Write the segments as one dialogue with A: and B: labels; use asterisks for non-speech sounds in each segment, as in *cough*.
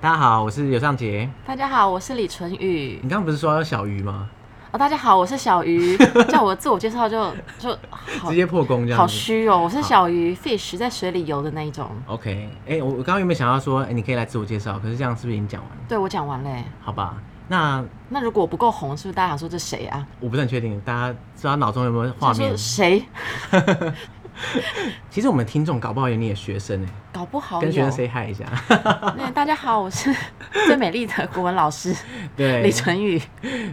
A: 大家好，我是尤尚杰。
B: 大家好，我是李纯宇
A: 你。刚刚不是说要小鱼吗？
B: 哦，大家好，我是小
A: *laughs*
B: 鱼。叫我自我介绍就就好
A: 直接破功这样
B: 好
A: 子。
B: 虚哦，我是小鱼，fish 在水里游的那一种。
A: OK，哎、我我刚刚有没有想要说，哎、你可以来自我介绍？可是这样是不是已经讲完了？
B: 对我讲完嘞，
A: 好吧，那
B: 那如果我不够红，是不是大家想说这谁啊？
A: 我不是很确定，大家知道脑中有没有画
B: 想
A: 面
B: 说？谁？
A: 其实我们听众搞不好有你的学生哎、
B: 搞不好
A: 跟学
B: 哦有
A: 生 say
B: *laughs*
A: hi 一下。 *laughs*
B: 那大家好，我是最美丽的国文老师
A: 对，
B: 李纯宇，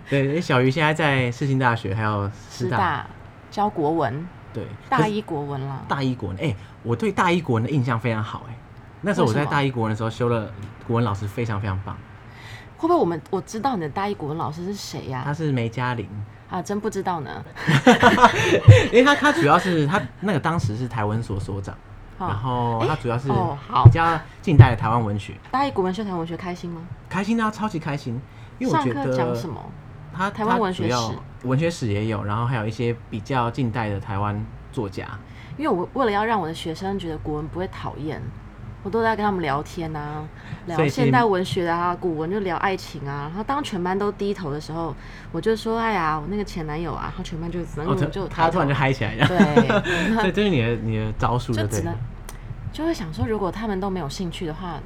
A: 对，哎小鱼现在在世新大学还有师
B: 师大教国文，
A: 对，可
B: 大
A: 是
B: 一国文啦。
A: 大一国文，哎、我对大一国文的印象非常好哎、那时候我在
B: 为什么
A: 大一国文的时候修了国文老师非常非常棒，
B: 会不会我们我知道你的大一国文老师是谁呀、
A: 他是梅嘉玲。
B: 啊？真不知道呢。
A: *laughs* 因为他他主要是他那个当时是台文所所长，然后他主要是
B: 哦好
A: 比较近代的台湾文学，
B: 大一国文修台文学开心吗？
A: 开心啊，超级开心。因为我
B: 上
A: 觉
B: 课讲什
A: 得
B: 么？
A: 他
B: 台湾
A: 他
B: 文学
A: 主要
B: 史
A: 文学史也有，然后还有一些比较近代的台湾作家。
B: 因为我为了要让我的学生觉得国文不会讨厌，我都在跟他们聊天啊，
A: 所
B: 聊
A: 以其实
B: 现代文学啊，古文就聊爱情啊。然后当全班都低头的时候，我就说：“哎呀，我那个前男友啊。”然后全班就只
A: 哦，
B: 能
A: 他
B: 就
A: 他突然就
B: 抬
A: 嗨起来了，
B: 头啊
A: *laughs*
B: 对，
A: 对，这是你的你的招数，对
B: 就
A: 不
B: 只
A: 对
B: 能
A: 了？
B: 就会想说，如果他们都没有兴趣的话，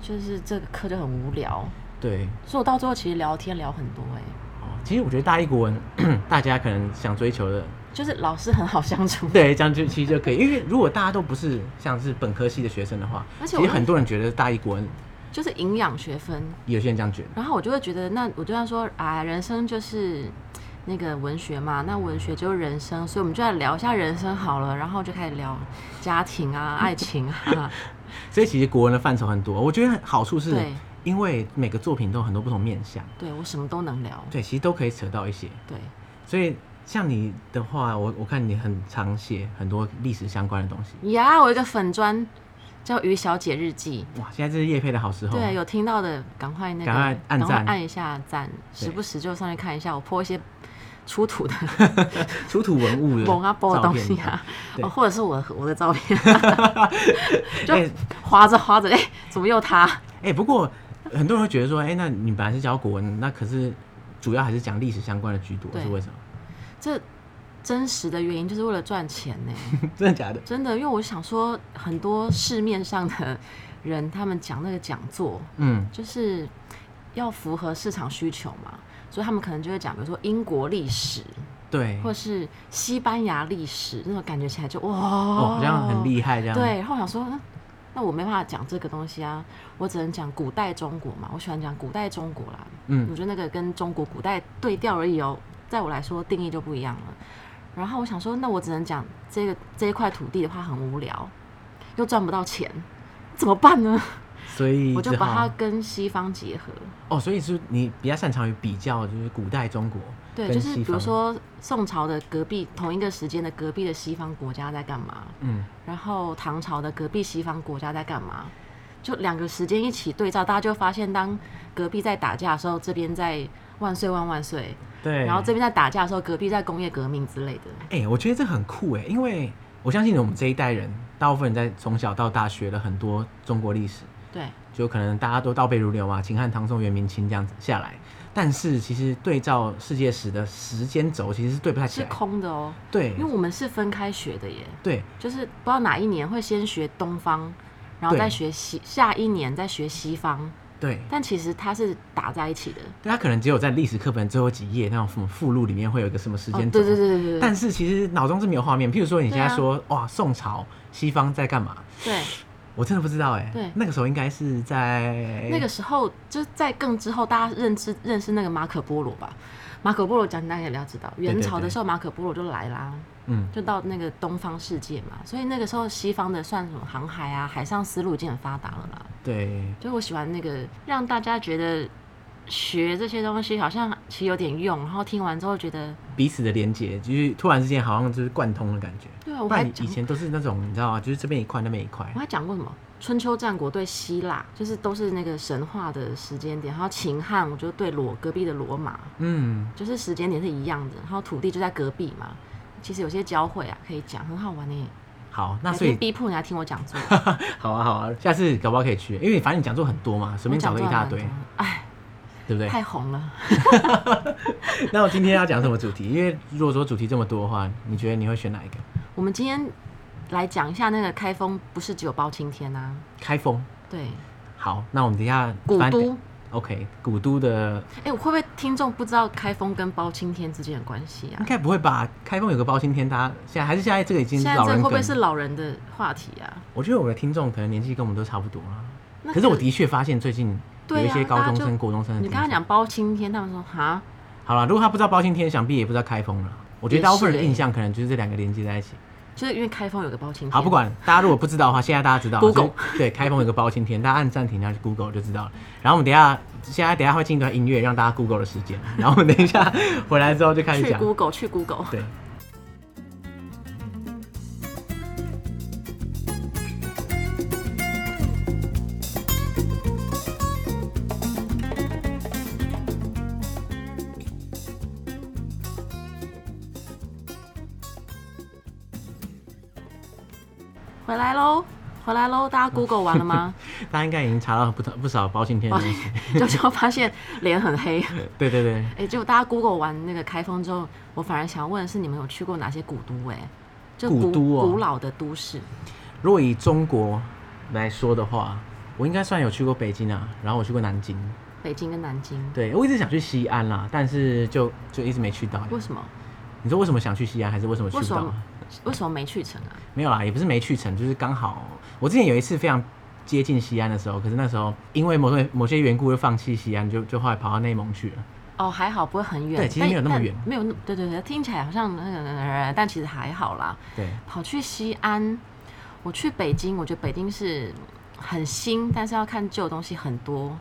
B: 就是这个课就很无聊。
A: 对。
B: 所以我到最后其实聊天聊很多哎、
A: 哦其实我觉得大一古文，大家可能想追求的，
B: 就是老师很好相处。
A: 对，这样就其实就可以。因为如果大家都不是像是本科系的学生的话，
B: 而且
A: 其
B: 我
A: 实
B: 会
A: 很多人觉得大一古文，
B: 就是营养学分，
A: 有些人这样觉得。
B: 然后我就会觉得，那我就要说啊，人生就是那个文学嘛，那文学就是人生，所以我们就来聊一下人生好了，然后就开始聊家庭啊、爱情啊，
A: 所以其实国文的范畴很多，我觉得好处 *laughs* 是
B: 对
A: 因为每个作品都有很多不同面向，
B: 对我什么都能聊，
A: 对，其实都可以扯到一些。
B: 对，
A: 所以像你的话，我我看你很常写很多历史相关的东西，
B: 呀、我有一个粉砖叫于小姐日记。
A: 哇，现在这是叶佩的好时候，
B: 对，有听到的赶快那个，
A: 哦赶快按
B: 赶快
A: 赞
B: 按一下赞，时不时就上去看一下，我泼一些出土的
A: *laughs* 出土文物的
B: *laughs* 蒙啊波的
A: 照
B: 东
A: 片
B: 西啊，
A: 对
B: 哦或者是我的我的照片， *laughs* 就
A: 哎
B: 划着划着，哎、怎么又他？
A: 哎、不过很多人会觉得说，哎、那你本来是教国文，那可是主要还是讲历史相关的居多，
B: 对
A: 是为什么？
B: *laughs* 这真实的原因就是为了赚钱呢，
A: 真的假的？
B: 真的，因为我想说，很多市面上的人他们讲那个讲座，
A: 嗯，
B: 就是要符合市场需求嘛，所以他们可能就会讲，比如说英国历史，
A: 对，
B: 或是西班牙历史，那种感觉起来就哇，
A: 哦，
B: 哦
A: 这样很厉害，这样
B: 对，然后我想说，嗯那我没办法讲这个东西啊，我只能讲古代中国嘛，我喜欢讲古代中国啦。
A: 嗯
B: 我觉得那个跟中国古代对调而已哦，在我来说定义就不一样了。然后我想说，那我只能讲这个这一块土地的话很无聊，又赚不到钱，怎么办呢？
A: 所以
B: 我就
A: 只
B: 把它
A: 好
B: 跟西方结合。
A: 哦，所以是你比较擅长于比较，就是古代中国
B: 对，
A: 跟
B: 就是
A: 西
B: 比如
A: 方
B: 说宋朝的隔壁同一个时间的隔壁的西方国家在干嘛，
A: 嗯，
B: 然后唐朝的隔壁西方国家在干嘛？就两个时间一起对照，大家就发现，当隔壁在打架的时候，这边在万岁万万岁；
A: 对。
B: 然后这边在打架的时候，隔壁在工业革命之类的。
A: 哎、我觉得这很酷哎，因为我相信我们这一代人，大部分人在从小到大学了很多中国历史，
B: 对，
A: 就可能大家都倒背如流嘛，秦汉唐宋元明清这样子下来。但是其实对照世界史的时间轴，其实是对不太起
B: 是
A: 来。
B: 空的哦，
A: 对
B: 因为我们是分开学的耶，
A: 对
B: 就是不知道哪一年会先学东方，然后
A: 对
B: 再学西，下一年再学西方，
A: 对，
B: 但其实它是打在一起的。
A: 对他可能只有在历史课本最后几页那种什么附录里面会有一个什么时
B: 哦，
A: 间
B: 对
A: 轴、
B: 对对对对对
A: 但是其实脑中是没有画面。譬如说你现在
B: 对啊
A: 说、哇，宋朝西方在干嘛？
B: 对。
A: 我真的不知道哎。
B: 对
A: 那个时候应该是在
B: 那个时候就是在更之后，大家认知认识那个马可波罗吧。马可波罗讲，大家也要知道，
A: 对
B: 元朝的时候马可波罗就来啦，
A: 嗯
B: 就到那个东方世界嘛。所以那个时候西方的算什么航海啊、海上丝路已经很发达了啦。
A: 对
B: 所以我喜欢那个让大家觉得学这些东西好像其实有点用，然后听完之后觉得，
A: 彼此的连接，就是突然之间好像就是贯通的感觉。
B: 对啊，
A: 不
B: 我还
A: 然你以
B: 讲，
A: 前都是那种你知道吗？就是这边一块那边一块
B: 我。还讲过什么春秋战国对希腊，就是都是那个神话的时间点，然后秦汉我就对罗隔壁的罗马，
A: 嗯，
B: 就是时间点是一样的，然后土地就在隔壁嘛。其实有些交汇啊，可以讲很好玩呢。
A: 好，那
B: 改
A: 所以
B: 天逼迫人家听我讲座，
A: 好啊好啊，下次搞不好可以去，因为反正你讲座很多嘛， *laughs* 随
B: 我
A: 便
B: 讲
A: 找了
B: 座
A: 一
B: 还
A: 大
B: 蛮
A: 堆
B: 多，的，哎，
A: 对不对？
B: *laughs* 太红了。
A: 那我今天要讲什么主题？因为如果说主题这么多的话，你觉得你会选哪一个？
B: 我们今天来讲一下那个开封，不是只有包青天啊，
A: 开封。
B: 对，
A: 好，那我们等一下
B: 古
A: 翻
B: 都。
A: OK，古都的
B: 哎、我会不会听众不知道开封跟包青天之间的关系啊
A: 应？该不会吧？开封有个包青天，大家现在还是现在这个已经
B: 现
A: 是嗯
B: 在
A: 老
B: 这个
A: 人
B: 会
A: 梗。
B: 不会是老人的话题啊？
A: 我觉得我的听众可能年纪跟我们都差不多啦。
B: 那
A: 可是我的确发现最近有
B: 对
A: 一
B: 啊
A: 些高中
B: 大家
A: 生、
B: 就
A: 国中生的
B: 你
A: 听众，
B: 刚刚讲包青天，他们说哈，
A: 好了，如果他不知道包青天，想必也不知道开封了。我觉得
B: 也
A: 大部分
B: 是
A: 人的
B: 欸
A: 印象可能就是这两个连接在一起。
B: 就是因为开封有个包青天。
A: 好，不管大家如果不知道的话，现在大家知道了。
B: Google
A: 就是对开封有个包青天，大家按暂停，然后去 Google 就知道了。然后我们等一下，现在等一下会进一段音乐，让大家 Google 的时间。然后我们等一下回来之后就开始
B: 去
A: 讲。
B: Google，去 Google。
A: 对。
B: 回来喽，回来喽！大家 Google 完
A: *laughs*
B: 了吗？
A: 大家应该已经查到不少不少包青天的东西。
B: 就就发现脸很黑。
A: 对对对，
B: 哎、结果大家 Google 完那个开封之后，我反而想要问的是，你们有去过哪些古都、哎，就古
A: 古都哦
B: 古老的都市。
A: 如果以中国来说的话，我应该算有去过北京啊，然后我去过南京。
B: 北京跟南京，
A: 对我一直想去西安啦，但是就就一直没去到。
B: 为什么？
A: 你说为什么想去西安，还是为什么去
B: 为
A: 不
B: 什
A: 到
B: 么？？为什么没去成啊？
A: 没有啦，也不是没去成，就是刚好我之前有一次非常接近西安的时候，可是那时候因为某些某些缘故就放弃西安，就就后来跑到内蒙去了。
B: 哦，还好，不会很远。
A: 对其实
B: 但
A: 没有那么远
B: 但没有那，对对对，听起来好像那个，但其实还好啦。
A: 对，
B: 跑去西安，我去北京，我觉得北京是很新，但是要看旧的东西很多。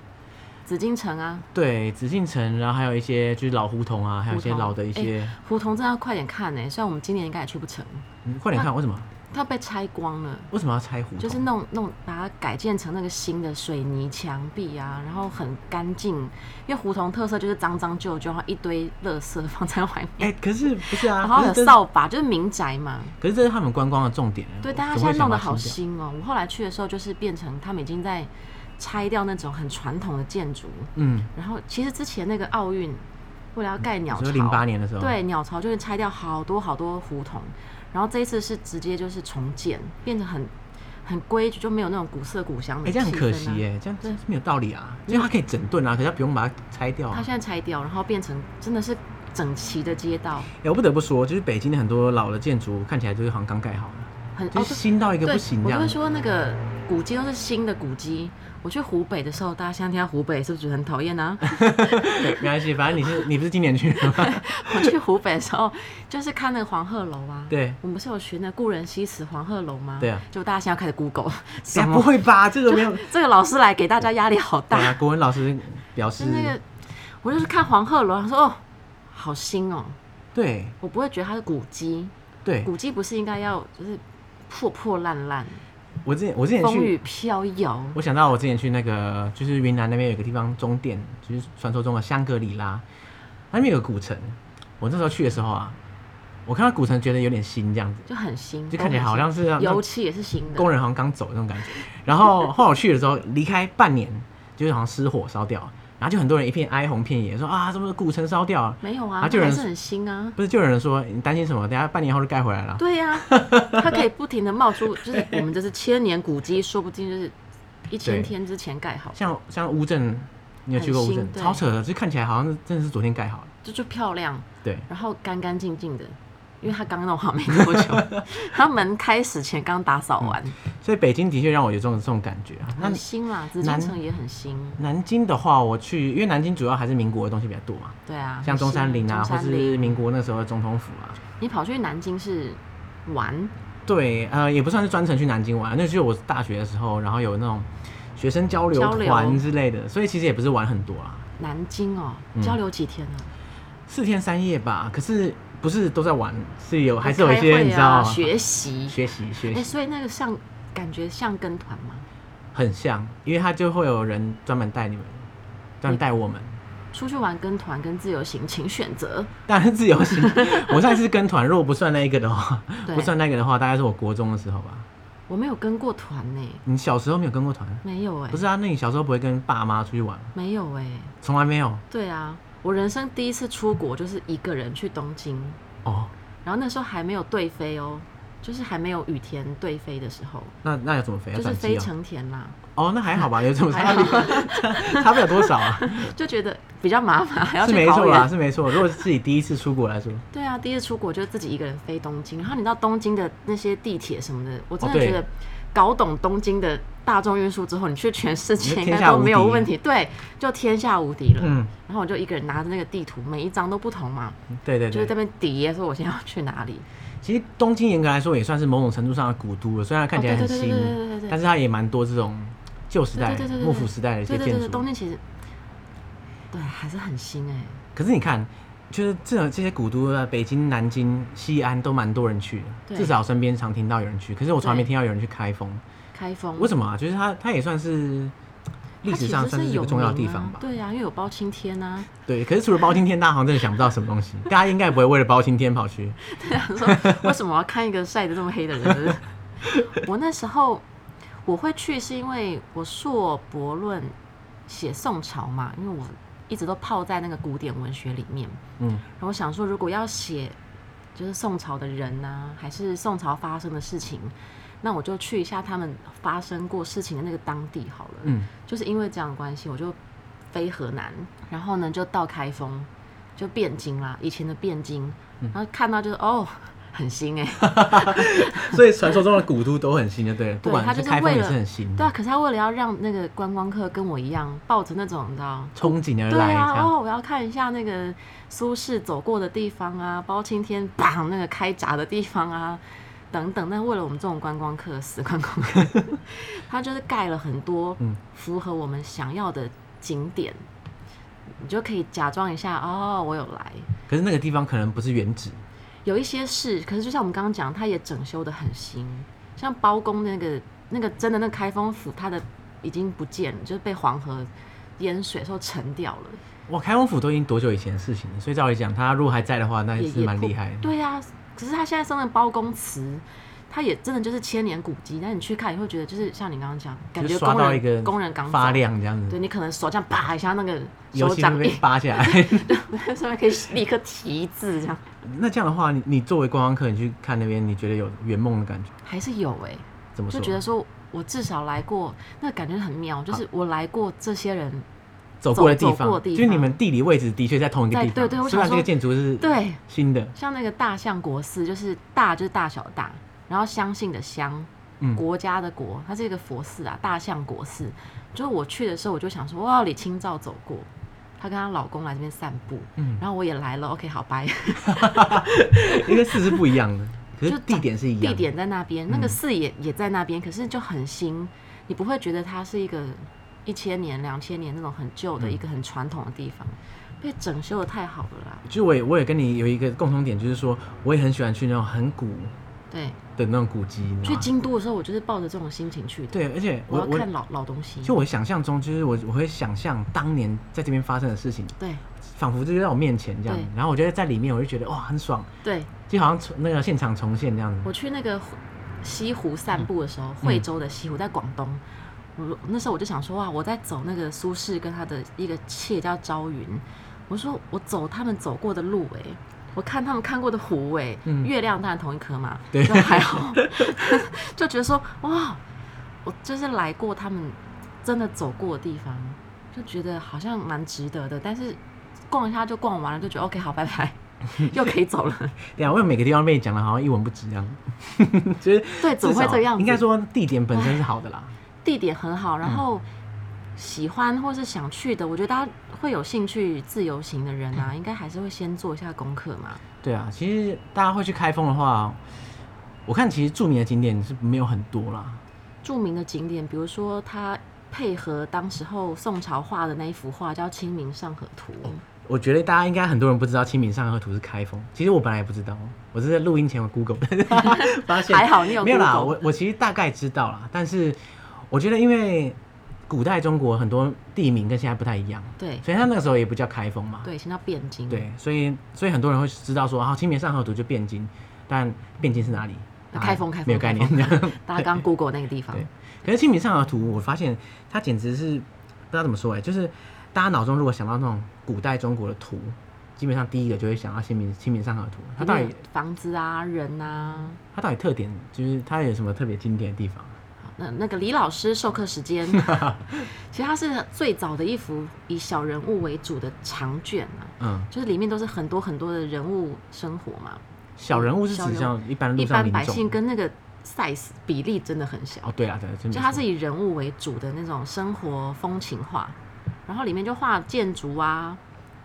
B: 紫禁城啊，
A: 对，紫禁城，然后还有一些就是老胡同啊，还有一些
B: 胡同
A: 老的一些，
B: 胡同真的要快点看呢、虽然我们今年应该也去不成，
A: 嗯快点看，为什么
B: 它被拆光了。
A: 为什么要拆胡同？
B: 啊就是弄弄把它改建成那个新的水泥墙壁啊，然后很干净，因为胡同特色就是脏脏旧旧，然后一堆垃圾放在外面，
A: 哎、可是不是啊？
B: 然后
A: 可
B: 有
A: 是这
B: 扫把，就是民宅嘛。
A: 可是这是他们观光的重点啊。
B: 对，但它
A: 怎
B: 现
A: 么会
B: 在
A: 想
B: 弄得
A: 到
B: 好
A: 新
B: 新哦。我后来去的时候，就是变成他们已经在拆掉那种很传统的建筑，
A: 嗯，
B: 然后其实之前那个奥运为了要盖鸟
A: 就
B: 巢，
A: 是零八年的时候，，
B: 对鸟巢就是拆掉好多好多胡同，然后这一次是直接就是重建，变成很很规矩，就没有那种古色古
A: 哎、
B: 香的、气
A: 这样很可惜
B: 氛啊
A: 耶，这样
B: 对嗯
A: 是没有道理啊。因为它可以整顿啊，可是它不用把它拆掉、
B: 它
A: 啊。
B: 现在拆掉，然后变成真的是整齐的街道，
A: 哎、我不得不说，就是北京的很多老的建筑看起来就是好像刚盖好的，
B: 很
A: 就
B: 哦
A: 是新到一个
B: 对
A: 不
B: 对
A: 行这
B: 我就
A: 样
B: 会。说那个古迹都是新的古迹。我去湖北的时候，大家现在听到湖北是不是觉得很讨厌啊呢？
A: 对， *laughs* 没关系，反正你是你不是今年去的吗？
B: 我去湖北的时候，就是看那个黄鹤楼啊。
A: 对，
B: 我们不是有学那故人西辞黄鹤楼吗？
A: 对啊
B: 就大家现在开始 Google *laughs* 什
A: 哎不
B: 么？
A: 会吧？这个没有。
B: 这个老师来给大家压力好
A: 对
B: 大。
A: 啊，国文老师表示
B: 就，那个，我就是看黄鹤楼，他说哦，好新哦，
A: 对
B: 我不会觉得它是古迹，
A: 对，
B: 古迹不是应该要就是破破烂烂，
A: 我之前我之前
B: 风
A: 去
B: 雨飘摇。
A: 我想到我之前去那个，就是云南那边有个地方中甸，就是传说中的香格里拉，它那边有个古城。我那时候去的时候啊，我看到古城觉得有点新，这样子，
B: 就很新，
A: 就看起来好像是
B: 都
A: 那
B: 很新油漆也是新
A: 工
B: 的，
A: 人好像刚走那种感觉。然后后来我去的时候，离开半年，就是好像失火烧掉，然后就很多人一片哀鸿遍野，说啊，什么古城烧掉了，
B: 没有
A: 啊
B: 啊，
A: 就
B: 它
A: 有人
B: 还是很新啊。
A: 不是就有人说你担心什么？等下半年后就盖回来了。
B: 对呀、它可以不停的冒
A: *laughs*
B: 出，就是我们这是千年古迹，说不定就是一千
A: 对
B: 天之前盖好，
A: 像像乌镇，你有去过乌
B: 很新
A: 镇？
B: 对
A: 超扯的，就看起来好像是真的是昨天盖好的。
B: 就就漂亮，
A: 对，
B: 然后干干净净的，因为它刚弄好没多
A: *laughs*
B: 久，它门开始前刚打扫完，
A: 所以北京的确让我有这种这种感觉啊。嗯那
B: 很新啦，紫禁
A: 南
B: 城也很新，
A: 南京的话，我去，因为南京主要还是民国的东西比较多嘛，
B: 对啊，
A: 像中山陵啊，
B: 很新
A: 或
B: 中山陵
A: 是民国那时候的总统府啊。
B: 你跑去南京是玩，
A: 对，呃，也不算是专程去南京玩，那就是我大学的时候，然后有那种学生交流
B: 交
A: 团
B: 流
A: 之类的，所以其实也不是玩很多啦，
B: 南京哦
A: 嗯，
B: 交流几天啊？
A: 四天三夜吧。可是不是都在玩，是有还是有一些、
B: 开会啊
A: 你知道吗？
B: 学习，
A: 学习学
B: 哎、
A: 习
B: 所以那个像感觉像跟团吗？
A: 很像，因为他就会有人专门带你们，专门带我们。
B: 出去玩跟团跟自由行，请选择。
A: 当然是自由
B: *laughs*
A: 行。我上一次跟团，如果不算那一个的话，
B: 对
A: 不算那个的话，大概是我国中的时候吧。
B: 我没有跟过团呢、
A: 你小时候没有跟过团？
B: 没有哎、
A: 不是啊，那你小时候不会跟爸妈出去玩吗？
B: 没有哎、
A: 从来没有
B: 对啊，我人生第一次出国就是一个人去东京，
A: 哦。
B: 然后那时候还没有对飞哦，就是还没有雨田对飞的时候，
A: 那那要怎么飞？要
B: 就是
A: 转
B: 飞
A: 机哦。
B: 成田啦，
A: 哦，那还好
B: *laughs*
A: 吧，有这么
B: 还
A: 差别， *laughs* 差不了多少啊，
B: 就觉得比较麻烦， *laughs* 还要
A: 是
B: 去
A: 没
B: 桃
A: 错啦，
B: 园。
A: 是没错。如果是自己第一次出国来说，
B: 对啊，第一次出国就自己一个人飞东京，然后你到东京的那些地铁什么的，我真
A: 哦
B: 的
A: 对
B: 觉得搞懂东京的大众运输之后，你去全世界
A: 你
B: 应
A: 就天
B: 该
A: 下
B: 都
A: 无敌
B: 没有问题。对，就天下无敌了。
A: 嗯，
B: 然后我就一个人拿着那个地图，每一张都不同嘛，
A: 对对
B: 就是
A: 对
B: 在。那边底说我现在要去哪里。
A: 其实东京严格来说也算是某种程度上的古都了，虽然它看起来
B: 哦
A: 很
B: 对对对
A: 新
B: 对对对对，对
A: 但是它也蛮多这种旧时代
B: 对对对、对对
A: 幕府时代的一些
B: 对对
A: 建
B: 对对，
A: 筑
B: 东。京其实对还是很新哎、
A: 可是你看，就是这种这些古都啊，北京、南京、西安都蛮多人去的，
B: 对
A: 至少身边常听到有人去。可是我从来没
B: 对
A: 听到有人去开封，
B: 开封
A: 为什么啊？就是它，它也算是历
B: 它
A: 史
B: 其
A: 上
B: 实
A: 算
B: 是
A: 是一
B: 有
A: 个重要的地
B: 名啊
A: 方吧。
B: 对啊，因为有包青天啊，
A: 对，可是除了包青天，大家好像真的想不到什么东西。 *laughs* 大家应该也不会为了包青天跑去。
B: 说 *laughs* 为什么我要看一个晒得这么黑的人？ *laughs* 就是我那时候我会去，是因为我硕博论写宋朝嘛，因为我一直都泡在那个古典文学里面。
A: 嗯，
B: 然后我想说，如果要写就是宋朝的人呐、还是宋朝发生的事情，那我就去一下他们发生过事情的那个当地好了。
A: 嗯，
B: 就是因为这样的关系，我就飞河南，然后呢就到开封，就汴京啦，以前的汴京，然后看到就是哦，很新哎、
A: 所以传说中的古都都很新的，对了，不
B: 对
A: 管
B: 它
A: 是
B: 就是
A: 开封
B: 为
A: 也
B: 了
A: 是很新
B: *laughs* 对啊，
A: 的，
B: 可是他为了要让那个观光客跟我一样，抱着那种你知道。
A: 憧憬而
B: 对
A: 来
B: 啊，
A: 这样。
B: 哦，我要看一下那个苏轼走过的地方啊，包青天砰那个开闸的地方啊，等等。但为了我们这种观光客、死观光客， *laughs* 他就是盖了很多
A: 嗯
B: 符合我们想要的景点，你就可以假装一下哦，我有来。
A: 可是那个地方可能不是原址，
B: 有一些是，可是就像我们刚刚讲，它也整修的很新，像包公那个那个真的那个开封府，它的已经不见了，就是被黄河淹水的时候沉掉了。
A: 哇，开封府都已经多久以前的事情了？所以照理讲，他如果还在的话，那也
B: 也
A: 是
B: 也
A: 蛮
B: 不
A: 厉害的。
B: 对呀、可是他现在上的包公祠，他也真的就是千年古迹，但你去看，你会觉得就是像你刚刚讲，感
A: 就
B: 觉
A: 刷
B: 工
A: 到
B: 人
A: 一个
B: 工人刚
A: 发
B: 走，
A: 亮这样
B: 对
A: 子，
B: 你可能手这样啪一下，那个
A: 油
B: 手
A: 漆会
B: 掌
A: 被
B: *laughs* 印
A: 扒下来。
B: *laughs* 上面可以立刻提字，这样
A: 那这样的话，你你作为观光客，你去看那边，你觉得有圆梦的感觉？
B: 还是有哎、
A: 怎么
B: 就
A: 说？
B: 觉得说我至少来过，那感觉很妙，就是我来过这些人，
A: 走过的地
B: 走
A: 方，
B: 走过的地方
A: 就是你们地理位置的确在同一个地方，
B: 在对对我想
A: 虽然这个
B: 说
A: 建筑是
B: 对，
A: 新的，
B: 像那个大相国寺，就是大就是大小的大，然后相信的相，
A: 嗯
B: 国家的国，它是一个佛寺啊，大相国寺。就是我去的时候，我就想说，哇，李清照走过，她跟她老公来这边散步，
A: 嗯
B: 然后我也来了，OK，好，拜。
A: 因为寺是不一样
B: *laughs*
A: 的，可是
B: 就
A: 地点是一样的。嗯
B: 地点在那边，那个寺也也在那边，可是就很新，你不会觉得它是一个一千年、两千年那种很旧
A: 嗯
B: 的、一个很传统的地方，被整修的太好了啦。
A: 就我也我也跟你有一个共同点，就是说我也很喜欢去那种很古
B: 对，
A: 的那种古迹，你知道
B: 去
A: 吗
B: 京都的时候，我就是抱着这种心情去的，
A: 对，而且
B: 我
A: 我
B: 要
A: 我
B: 看老老东西。
A: 就我想象中，就是我我会想象当年在这边发生的事情，
B: 对
A: 仿佛就在我面前这样
B: 对，
A: 然后我觉得在里面，我就觉得哇很爽，
B: 对，
A: 就好像重那个现场重现这样子。
B: 我去那个惠西湖散步的时
A: 嗯
B: 候，惠州的西湖在广东，我那时候我就想说哇，我在走那个苏轼跟他的一个妾叫朝云，我说我走他们走过的路哎、我看他们看过的湖哎、
A: 嗯
B: 月亮当然同一颗嘛，
A: 对
B: 就还好， *laughs* 就觉得说哇，我就是来过他们真的走过的地方，就觉得好像蛮值得的，但是逛一下就逛完了，就觉得 OK 好，拜拜， *laughs* 又可以走了，
A: 对啊，为什么每个地方被你讲的好像一文不值这样？ *laughs* 就是
B: 对，怎么会
A: *laughs* 至少
B: 这个样子？
A: 应该说地点本身是好的啦。
B: 地点很
A: 嗯
B: 好，然后喜欢或是想去的，我觉得大家会有兴趣自由行的人
A: 嗯
B: 啊，应该还是会先做一下功课嘛。
A: 对啊，其实大家会去开封的话，我看其实著名的景点是没有很多啦。
B: 著名的景点，比如说它配合当时候宋朝画的那一幅画叫《清明上河图》，
A: 我觉得大家应该很多人不知道《清明上河图》是开封，其实我本来也不知道，我是在录音前我 Google 的发现。
B: 还好你有
A: 没有啦，
B: Google
A: 我我其实大概知道啦，但是我觉得因为古代中国很多地名跟现在不太一样，
B: 对
A: 所以它那个时候也不叫开封嘛。
B: 对，先到汴京，，
A: 对，所以所以很多人会知道说，啊，清明上河图就汴京，但汴京是哪里？
B: 那
A: 啊
B: 呃开封开封
A: 没有概念。
B: 开
A: 可
B: 大家刚 Google 那个地方
A: *laughs* 对，是清明上河图，我发现它简直是不知道怎么说哎、就是大家脑中如果想到那种古代中国的图，基本上第一个就会想到清明清明上河图。它到
B: 里
A: 底
B: 面房子啊、人啊，
A: 它到底特点就是它有什么特别经典的地方？
B: 那那个李老师授课
A: *laughs*
B: 时间，其实它是最早的一幅以小人物为主的长卷啊，
A: 嗯，
B: 就是里面都是很多很多的人物生活嘛，
A: 小人物是指
B: 小人
A: 像一般路
B: 一
A: 上
B: 般
A: 民
B: 百姓
A: 众。
B: 跟那个 size 比例真的很小，
A: 哦，对啊，对啊，真的
B: 就它是以人物为主的那种生活风情画，然后里面就画建筑啊，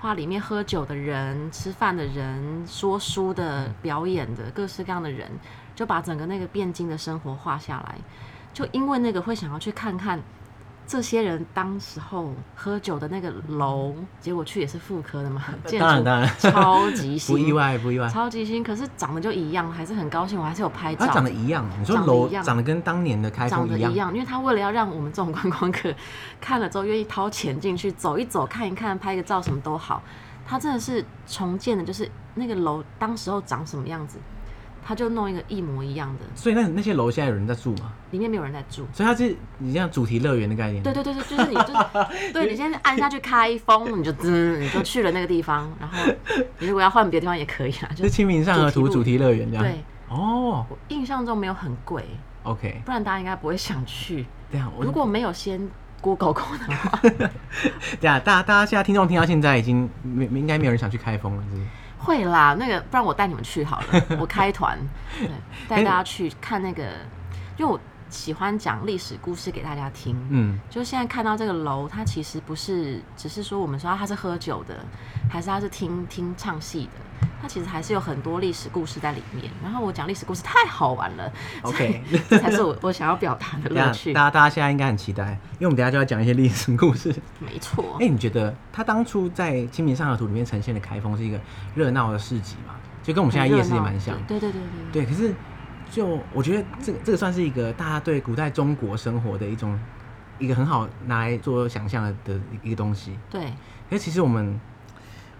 B: 画里面喝酒的人、吃饭的人、说书
A: 嗯
B: 的、表演的各式各样的人，就把整个那个汴京的生活画下来。就因为那个会想要去看看这些人当时候喝酒的那个楼，结果去也是妇科的嘛，建
A: 当然
B: 筑
A: 当然
B: 超级
A: *laughs* 不意
B: 新。
A: 外，不意外。
B: 超级新，可是长得就一样，还是很高兴，我还是有拍照。
A: 它长得一样，你说
B: 长得
A: 楼
B: 一样
A: 长得跟当年的开
B: 长
A: 封
B: 得
A: 一样
B: 一，样，因为他为了要让我们这种观光客看了之后愿意掏钱进去走一走、看一看、拍个照什么都好，他真的是重建的，就是那个楼当时候长什么样子，他就弄一个一模一样的，
A: 所以那那些楼现在有人在住吗？
B: 里面没有人在住。
A: 所以它是你像主题乐园的概念。
B: 对对对对，就是你就是，对你先按下去开封，你就滋，你就去了那个地方，然后你如果要换别的地方也可以啊，就
A: 就是清明上河图
B: 主
A: 主题乐园这样。
B: 对。
A: 哦
B: 我印象中没有很贵，
A: ，OK，
B: 不然大家应该不会想去。
A: 这样我
B: 如果没有先 Google 过的话，
A: *laughs* 这样大家大家现在听众听到现在已经没应该没有人想去开封了，是不是？
B: 会啦，那个不然我带你们去好
A: *laughs*
B: 了，我开团，对，带
A: 哎
B: 大家去看那个，因为我喜欢讲历史故事给大家听。
A: 嗯，
B: 就现在看到这个楼，它其实不是只是说我们说它是喝酒的，还是它是听听唱戏的，它其实还是有很多历史故事在里面。然后我讲历史故事太好玩了
A: OK
B: 所以 *laughs* 这才是我我想要表达的
A: 这
B: 乐
A: 样
B: 趣
A: 大。家大家现在应该很期待，因为我们等一下就要讲一些历史故事。 *laughs*
B: 没错
A: 哎、，你觉得他当初在《清明上河图》里面呈现的开封是一个热闹的市集嘛？就跟我们现在夜市也蛮像的。
B: 对对对对对
A: 对，可是就我觉得这个这个算是一个大家对古代中国生活的一种一个很好拿来做想象的一个东西。
B: 对，
A: 可是其实我们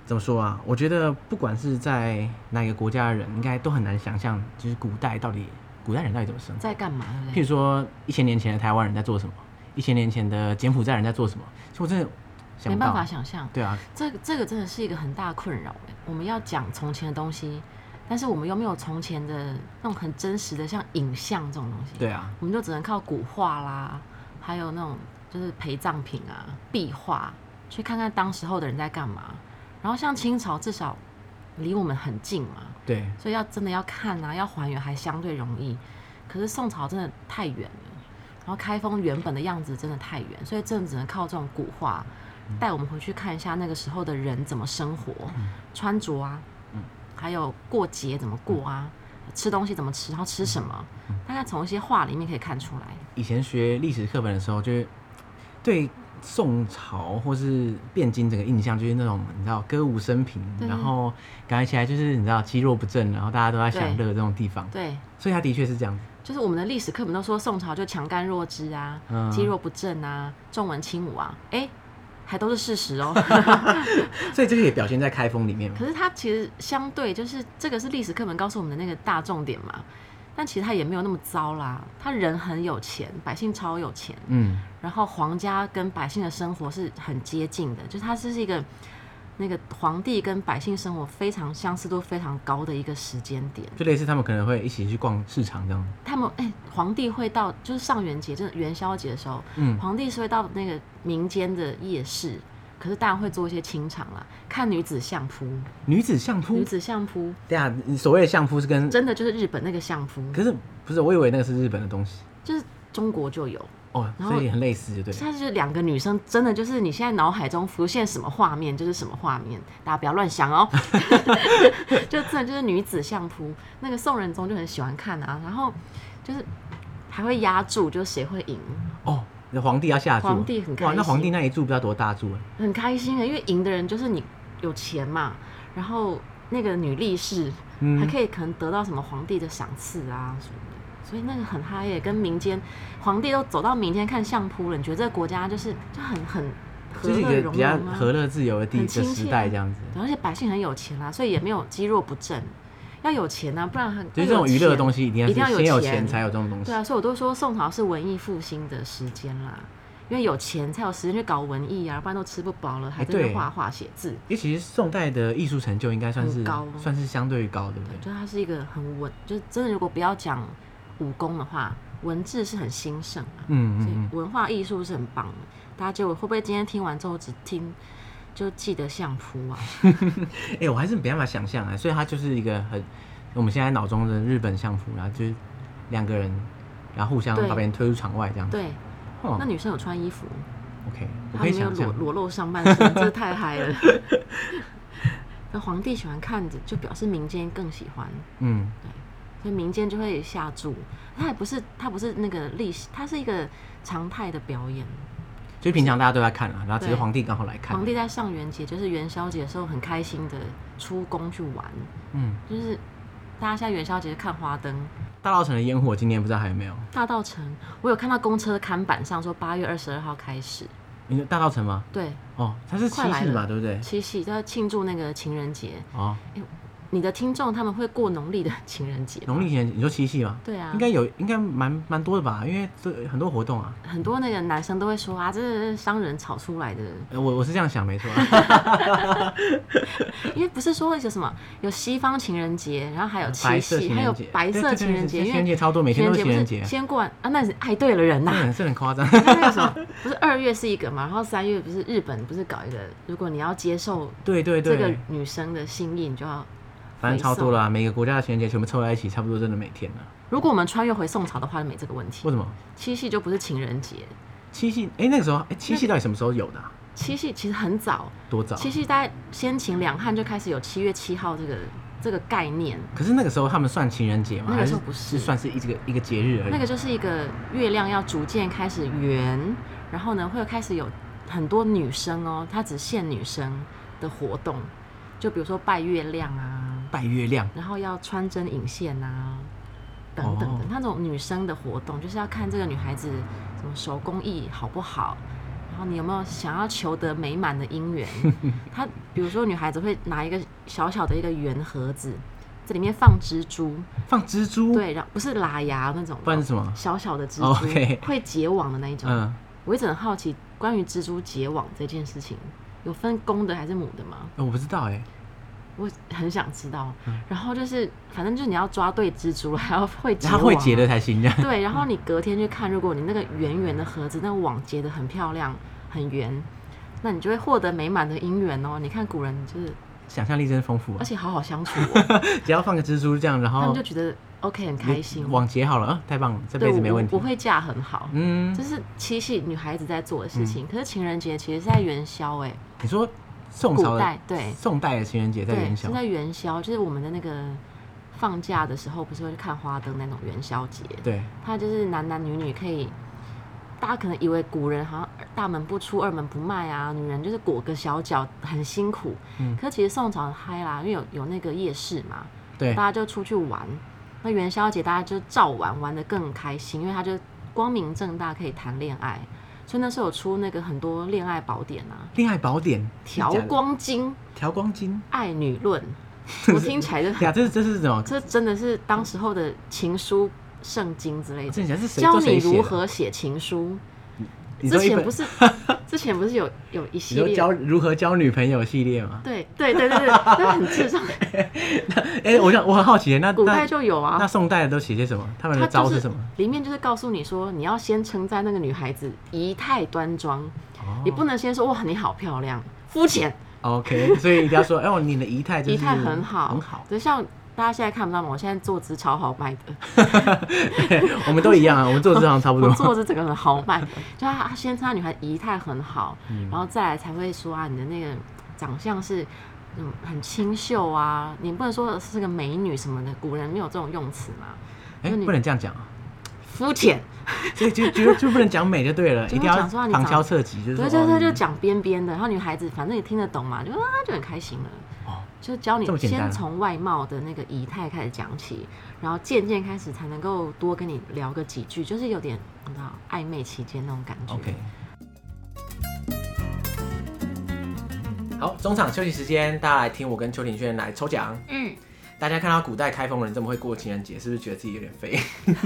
A: 怎么说啊？我觉得不管是在哪一个国家的人，应该都很难想象，就是古代到底古代人到底怎么生活。
B: 在干嘛？对不
A: 譬
B: 对？
A: 如说，一千年前的台湾人在做什么，一千年前的柬埔寨人在做什么，所以我真的 *laughs* 想
B: 没
A: 不到。
B: 办法想象。
A: 对啊，
B: 这个这个真的是一个很大的困扰哎，我们要讲从前的东西，但是我们又没有从前的那种很真实的像影像这种东西，
A: 对啊，
B: 我们就只能靠古画啦，还有那种就是陪葬品啊、壁画，去看看当时候的人在干嘛。然后像清朝至少离我们很近嘛，
A: 对。
B: 所以要真的要看啊，要还原还相对容易。可是宋朝真的太远了，然后开封原本的样子真的太远，所以真的只能靠这种古画带我们回去看一下那个时候的人怎么生活、穿着啊，还有过节怎么过啊，吃东西怎么吃，然后吃什么，大概从一些画里面可以看出来。
A: 以前学历史课本的时候，就是对宋朝或是汴京整个印象，就是那种你知道歌舞升平，
B: 对
A: 然后感觉起来就是你知道肌肉不振，然后大家都在享
B: 对
A: 乐这种地方，
B: 对，
A: 所以他的确是这样子。
B: 就是我们的历史课本都说宋朝就强干弱枝啊，
A: 嗯
B: 肌肉不振啊，重文轻武啊，哎，还都是事实哦。
A: *laughs* 所以这个也表现在开封里面嘛
B: 可。是它其实相对就是这个是历史课本告诉我们的那个大重点嘛，但其实它也没有那么糟啦。他人很有钱，百姓超有钱，
A: 嗯，
B: 然后皇家跟百姓的生活是很接近的，就是它是一个那个皇帝跟百姓生活非常相似度非常高的一个时间点。
A: 就类似他们可能会一起去逛市场这样。
B: 他们哎、皇帝会到就是上元节，就是元宵节的时候，
A: 嗯
B: 皇帝是会到那个民间的夜市，可是当然会做一些清场啦，看女子相扑，
A: 女子相
B: 女
A: 扑，
B: 子相扑。
A: 对啊，你所谓的相扑是跟，
B: 真的就是日本那个相扑，
A: 可是不是？我以为那个是日本的东西
B: 就是中国就有，
A: 哦，
B: 然后
A: 所以很类似，就对了。
B: 它就是两个女生，真的就是你现在脑海中浮现什么画面就是什么画面，大家不要乱想哦。就真的就是女子相扑，那个宋仁宗就很喜欢看啊，然后就是还会压住，就是谁会赢，
A: 哦，那皇帝要下注，啊
B: 皇帝很开
A: 哇，那
B: 心
A: 皇帝那一注不知道多大注啊。
B: 很开心啊，因为赢的人就是你有钱嘛，然后那个女力士、
A: 嗯
B: 还可以可能得到什么皇帝的赏赐啊什么的。所以那个很嗨耶，跟民间皇帝都走到民间看相扑了，你觉得这个国家就是就很很和
A: 就是一
B: 乐
A: 个
B: 融
A: 比较
B: 融啊，
A: 和乐自由的地
B: 很
A: 的
B: 亲
A: 时
B: 切
A: 代这样子。
B: 对而且百姓很有钱啊，所以也没有积弱不振，要有钱啊，不然很
A: 所以这种娱乐的东
B: 西。
A: 西，一定要
B: 一定要
A: 是
B: 有
A: 先有
B: 钱
A: 钱才有这种东西
B: 对。啊，所以我都说宋朝是文艺复兴的时间啦，因为有钱才有时间去搞文艺啊，不然都吃不饱了，还在那边
A: 对
B: 画画写字。
A: 因为其实宋代的艺术成就应该算是
B: 很高哦
A: 算是相对于高，对不对？
B: 就它是一个很文，就是真的，如果不要讲武功的话，文治是很兴盛啊，
A: 嗯
B: 所
A: 嗯嗯，
B: 以文化艺术是很棒的。大家就会不会今天听完之后只听就记得相扑
A: *laughs*
B: 啊？
A: 哎、我还是没办法想象啊，所以它就是一个很我们现在脑中的日本相扑，然后就是两个人，然后互相
B: 对
A: 把别人推出场外这样。
B: 对，
A: 哦
B: 那女生有穿衣服，
A: ，OK，我
B: 她
A: 可以
B: 没
A: 想
B: 有裸
A: 象。
B: 裸露上半身，这太
A: *laughs*
B: 嗨了。那皇帝喜欢看着，就表示民间更喜欢，
A: 嗯，
B: 所以民间就会下注。它也不是，它不是那个历史，它是一个常态的表演。
A: 就是平常大家都在看啦，然后只是
B: 对
A: 皇帝刚好来看
B: 皇。帝在上元节，就是元宵节的时候，很开心的出宫去玩，
A: 嗯，
B: 就是大家现在元宵节看花灯。
A: 大稻城的烟火今年不知道还有没有？
B: 大道城，我有看到公车的看板上说八月二十二号开始，
A: 你说大稻城吗？
B: 对，
A: 哦，它是七
B: 快来
A: 夕吧，
B: 了
A: 对不对？
B: 七夕都要庆祝那个情人节。
A: 哦，
B: 你的听众他们会过农历的情人节吗，
A: 农历年你说七夕吗？
B: 对啊，
A: 应该有，应该蛮蛮多的吧，因为这很多活动啊。
B: 很多那个男生都会说啊，这是商人炒出来的，
A: 呃我我是这样想，没错、啊。
B: 因为不是说有什么有西方情人节，然后还有 *laughs* 七
A: 啊白色
B: 夕，
A: 情
B: 还有
A: 人节，
B: 白色情人节，
A: 情
B: 因
A: 人
B: 为
A: 节超多，每天都是情人
B: 不
A: 节
B: 是
A: 啊，
B: 先过完啊，那你是爱对了人呐、
A: 这很这很夸张。
B: 那个什么，不是二月是一个嘛，然后三月不是日本不是搞一个，如果你要接受
A: 对对
B: 这个
A: 对，
B: 女生的心意，你就要。
A: 反正超多了啊，每个国家的情人节全部凑在一起，差不多真的每天了。
B: 如果我们穿越回宋朝的话，就没这个问题
A: 为。什么？
B: 七夕就不是情人节，
A: 七夕，哎，那个时候，哎，七夕到底什么时候有的啊？
B: 七夕其实很早，
A: 多早？啊
B: 七夕大概先秦两汉就开始有七月七号这个这个概念，
A: 可是那个时候他们算情人节吗？
B: 那个时候
A: 还
B: 不
A: 是
B: 是
A: 算是一这个一个节日而已。
B: 那个就是一个月亮要逐渐开始圆，然后呢会开始有很多女生哦，它只限女生的活动，就比如说拜月亮啊，
A: 拜月亮，
B: 然后要穿针引线啊，等等
A: 哦
B: 的、那种女生的活动，就是要看这个女孩子什么手工艺好不好，然后你有没有想要求得美满的
A: *laughs*
B: 姻缘。她比如说女孩子会拿一个小小的一个圆盒子，这里面放蜘蛛，
A: 放蜘蛛，，
B: 对，然后不是拉牙那种，
A: 不然是什么？
B: 小小的蜘
A: 哦
B: 蛛、
A: ，OK
B: 会结网的那一种。
A: 嗯，
B: 我一直很好奇关于蜘蛛结网这件事情，有分公的还是母的吗？
A: 呃我不知道哎。
B: 我很想知道。
A: 嗯
B: 然后就是，反正就是你要抓对蜘蛛，还要会结、啊，
A: 它会结的。才行，啊这样
B: 对，然后你隔天去看，如果你那个圆圆的盒子，那个网结的很漂亮，很圆，那你就会获得美满的姻缘哦。你看古人就是，
A: *laughs* 想象力真丰富啊
B: 而。且好好相处、
A: *laughs*
B: 哦，
A: 只要放个蜘蛛这样，然
B: 他
A: 后
B: 们就觉得 OK 很开心。
A: 网结好了，啊太棒了，这
B: 对，
A: 辈子
B: 我
A: 没问
B: 我
A: 题
B: 我。会嫁很好，
A: 嗯，
B: 这是七夕女孩子在做的事情。可是情人节其实是在元宵、哎，
A: 你说宋朝
B: 古
A: 的
B: 代对
A: 宋代的情人节在
B: 对，
A: 元
B: 是
A: 宵，
B: 在元宵，就是我们的那个放假的时候，不是会去看花灯那种元宵节。
A: 对，
B: 他就是男男女女可以，大家可能以为古人好像大门不出二门不迈啊，女人就是裹个小脚很辛苦。
A: 嗯
B: 可其实宋朝很嗨啦，因为有有那个夜市嘛，
A: 对
B: 大，家就出去玩。那元宵节大家就照玩，玩的更开心，因为他就光明正大可以谈恋爱。所以那时候有出那个很多恋爱宝典啊，
A: 恋爱宝典
B: 《
A: 是假
B: 调
A: 的
B: 光经》《
A: 调光经，
B: 爱女
A: *laughs*
B: 论》，我听起来就
A: 对啊，这是这是什么？
B: 这真的是当时候的情书、圣经之类的。
A: 这你讲是谁
B: 教
A: 都
B: 你
A: 谁写的？
B: 如何写情书。
A: 你
B: 之
A: 说一
B: 前
A: 本
B: 不，
A: *laughs*
B: 是，之前不是有有一
A: 你
B: 系
A: 说
B: 列，
A: 教如何交女朋友系列吗？ *laughs*
B: 对对对对对，那很智障。
A: 哎，我想我很好奇，那
B: 古代
A: 那
B: 就有
A: 那
B: 啊，
A: 宋代的都写些什么？他们
B: 它
A: 的招
B: 就是
A: 什么？
B: 里面就是告诉你说，你要先称赞那个女孩子仪态端庄，
A: 哦
B: 你不能先说哇你好漂亮，肤浅，
A: OK，所以一定要说，哎，我你的仪态就是
B: 仪态很好，
A: 很好。 *laughs*
B: 就像大家现在看不到嘛，我现在坐姿超豪迈的，
A: 我们都一样啊，我们做这行差不
B: 我
A: 多。
B: 坐姿整个很豪迈。就她先称赞女孩仪态很好，
A: 嗯
B: 然后再来才会说啊你的那个长相是。嗯，很清秀啊，你不能说是个美女什么的，古人没有这种用词嘛。
A: 哎，
B: 那你
A: 不能这样讲啊，
B: 肤浅，
A: 所以就就就不能讲美就对了，
B: *laughs* 就
A: 一
B: 会
A: 定要
B: 讲说啊你
A: 旁
B: 长
A: 敲侧击，就是
B: 对
A: 说
B: 对
A: 哦你
B: 对，就讲边边的，然后女孩子反正也听得懂嘛，就啊就很开心了。
A: 哦
B: 就教你
A: 这么简单
B: 先从外貌的那个仪态开始讲起，然后渐渐开始才能够多跟你聊个几句，就是有点你知道暧昧期间那种感觉。
A: OK。好，中场休息时间，大家来听我跟邱庭轩来抽奖。
C: 嗯，
A: 大家看到古代开封人这么会过情人节，是不是觉得自己有点废？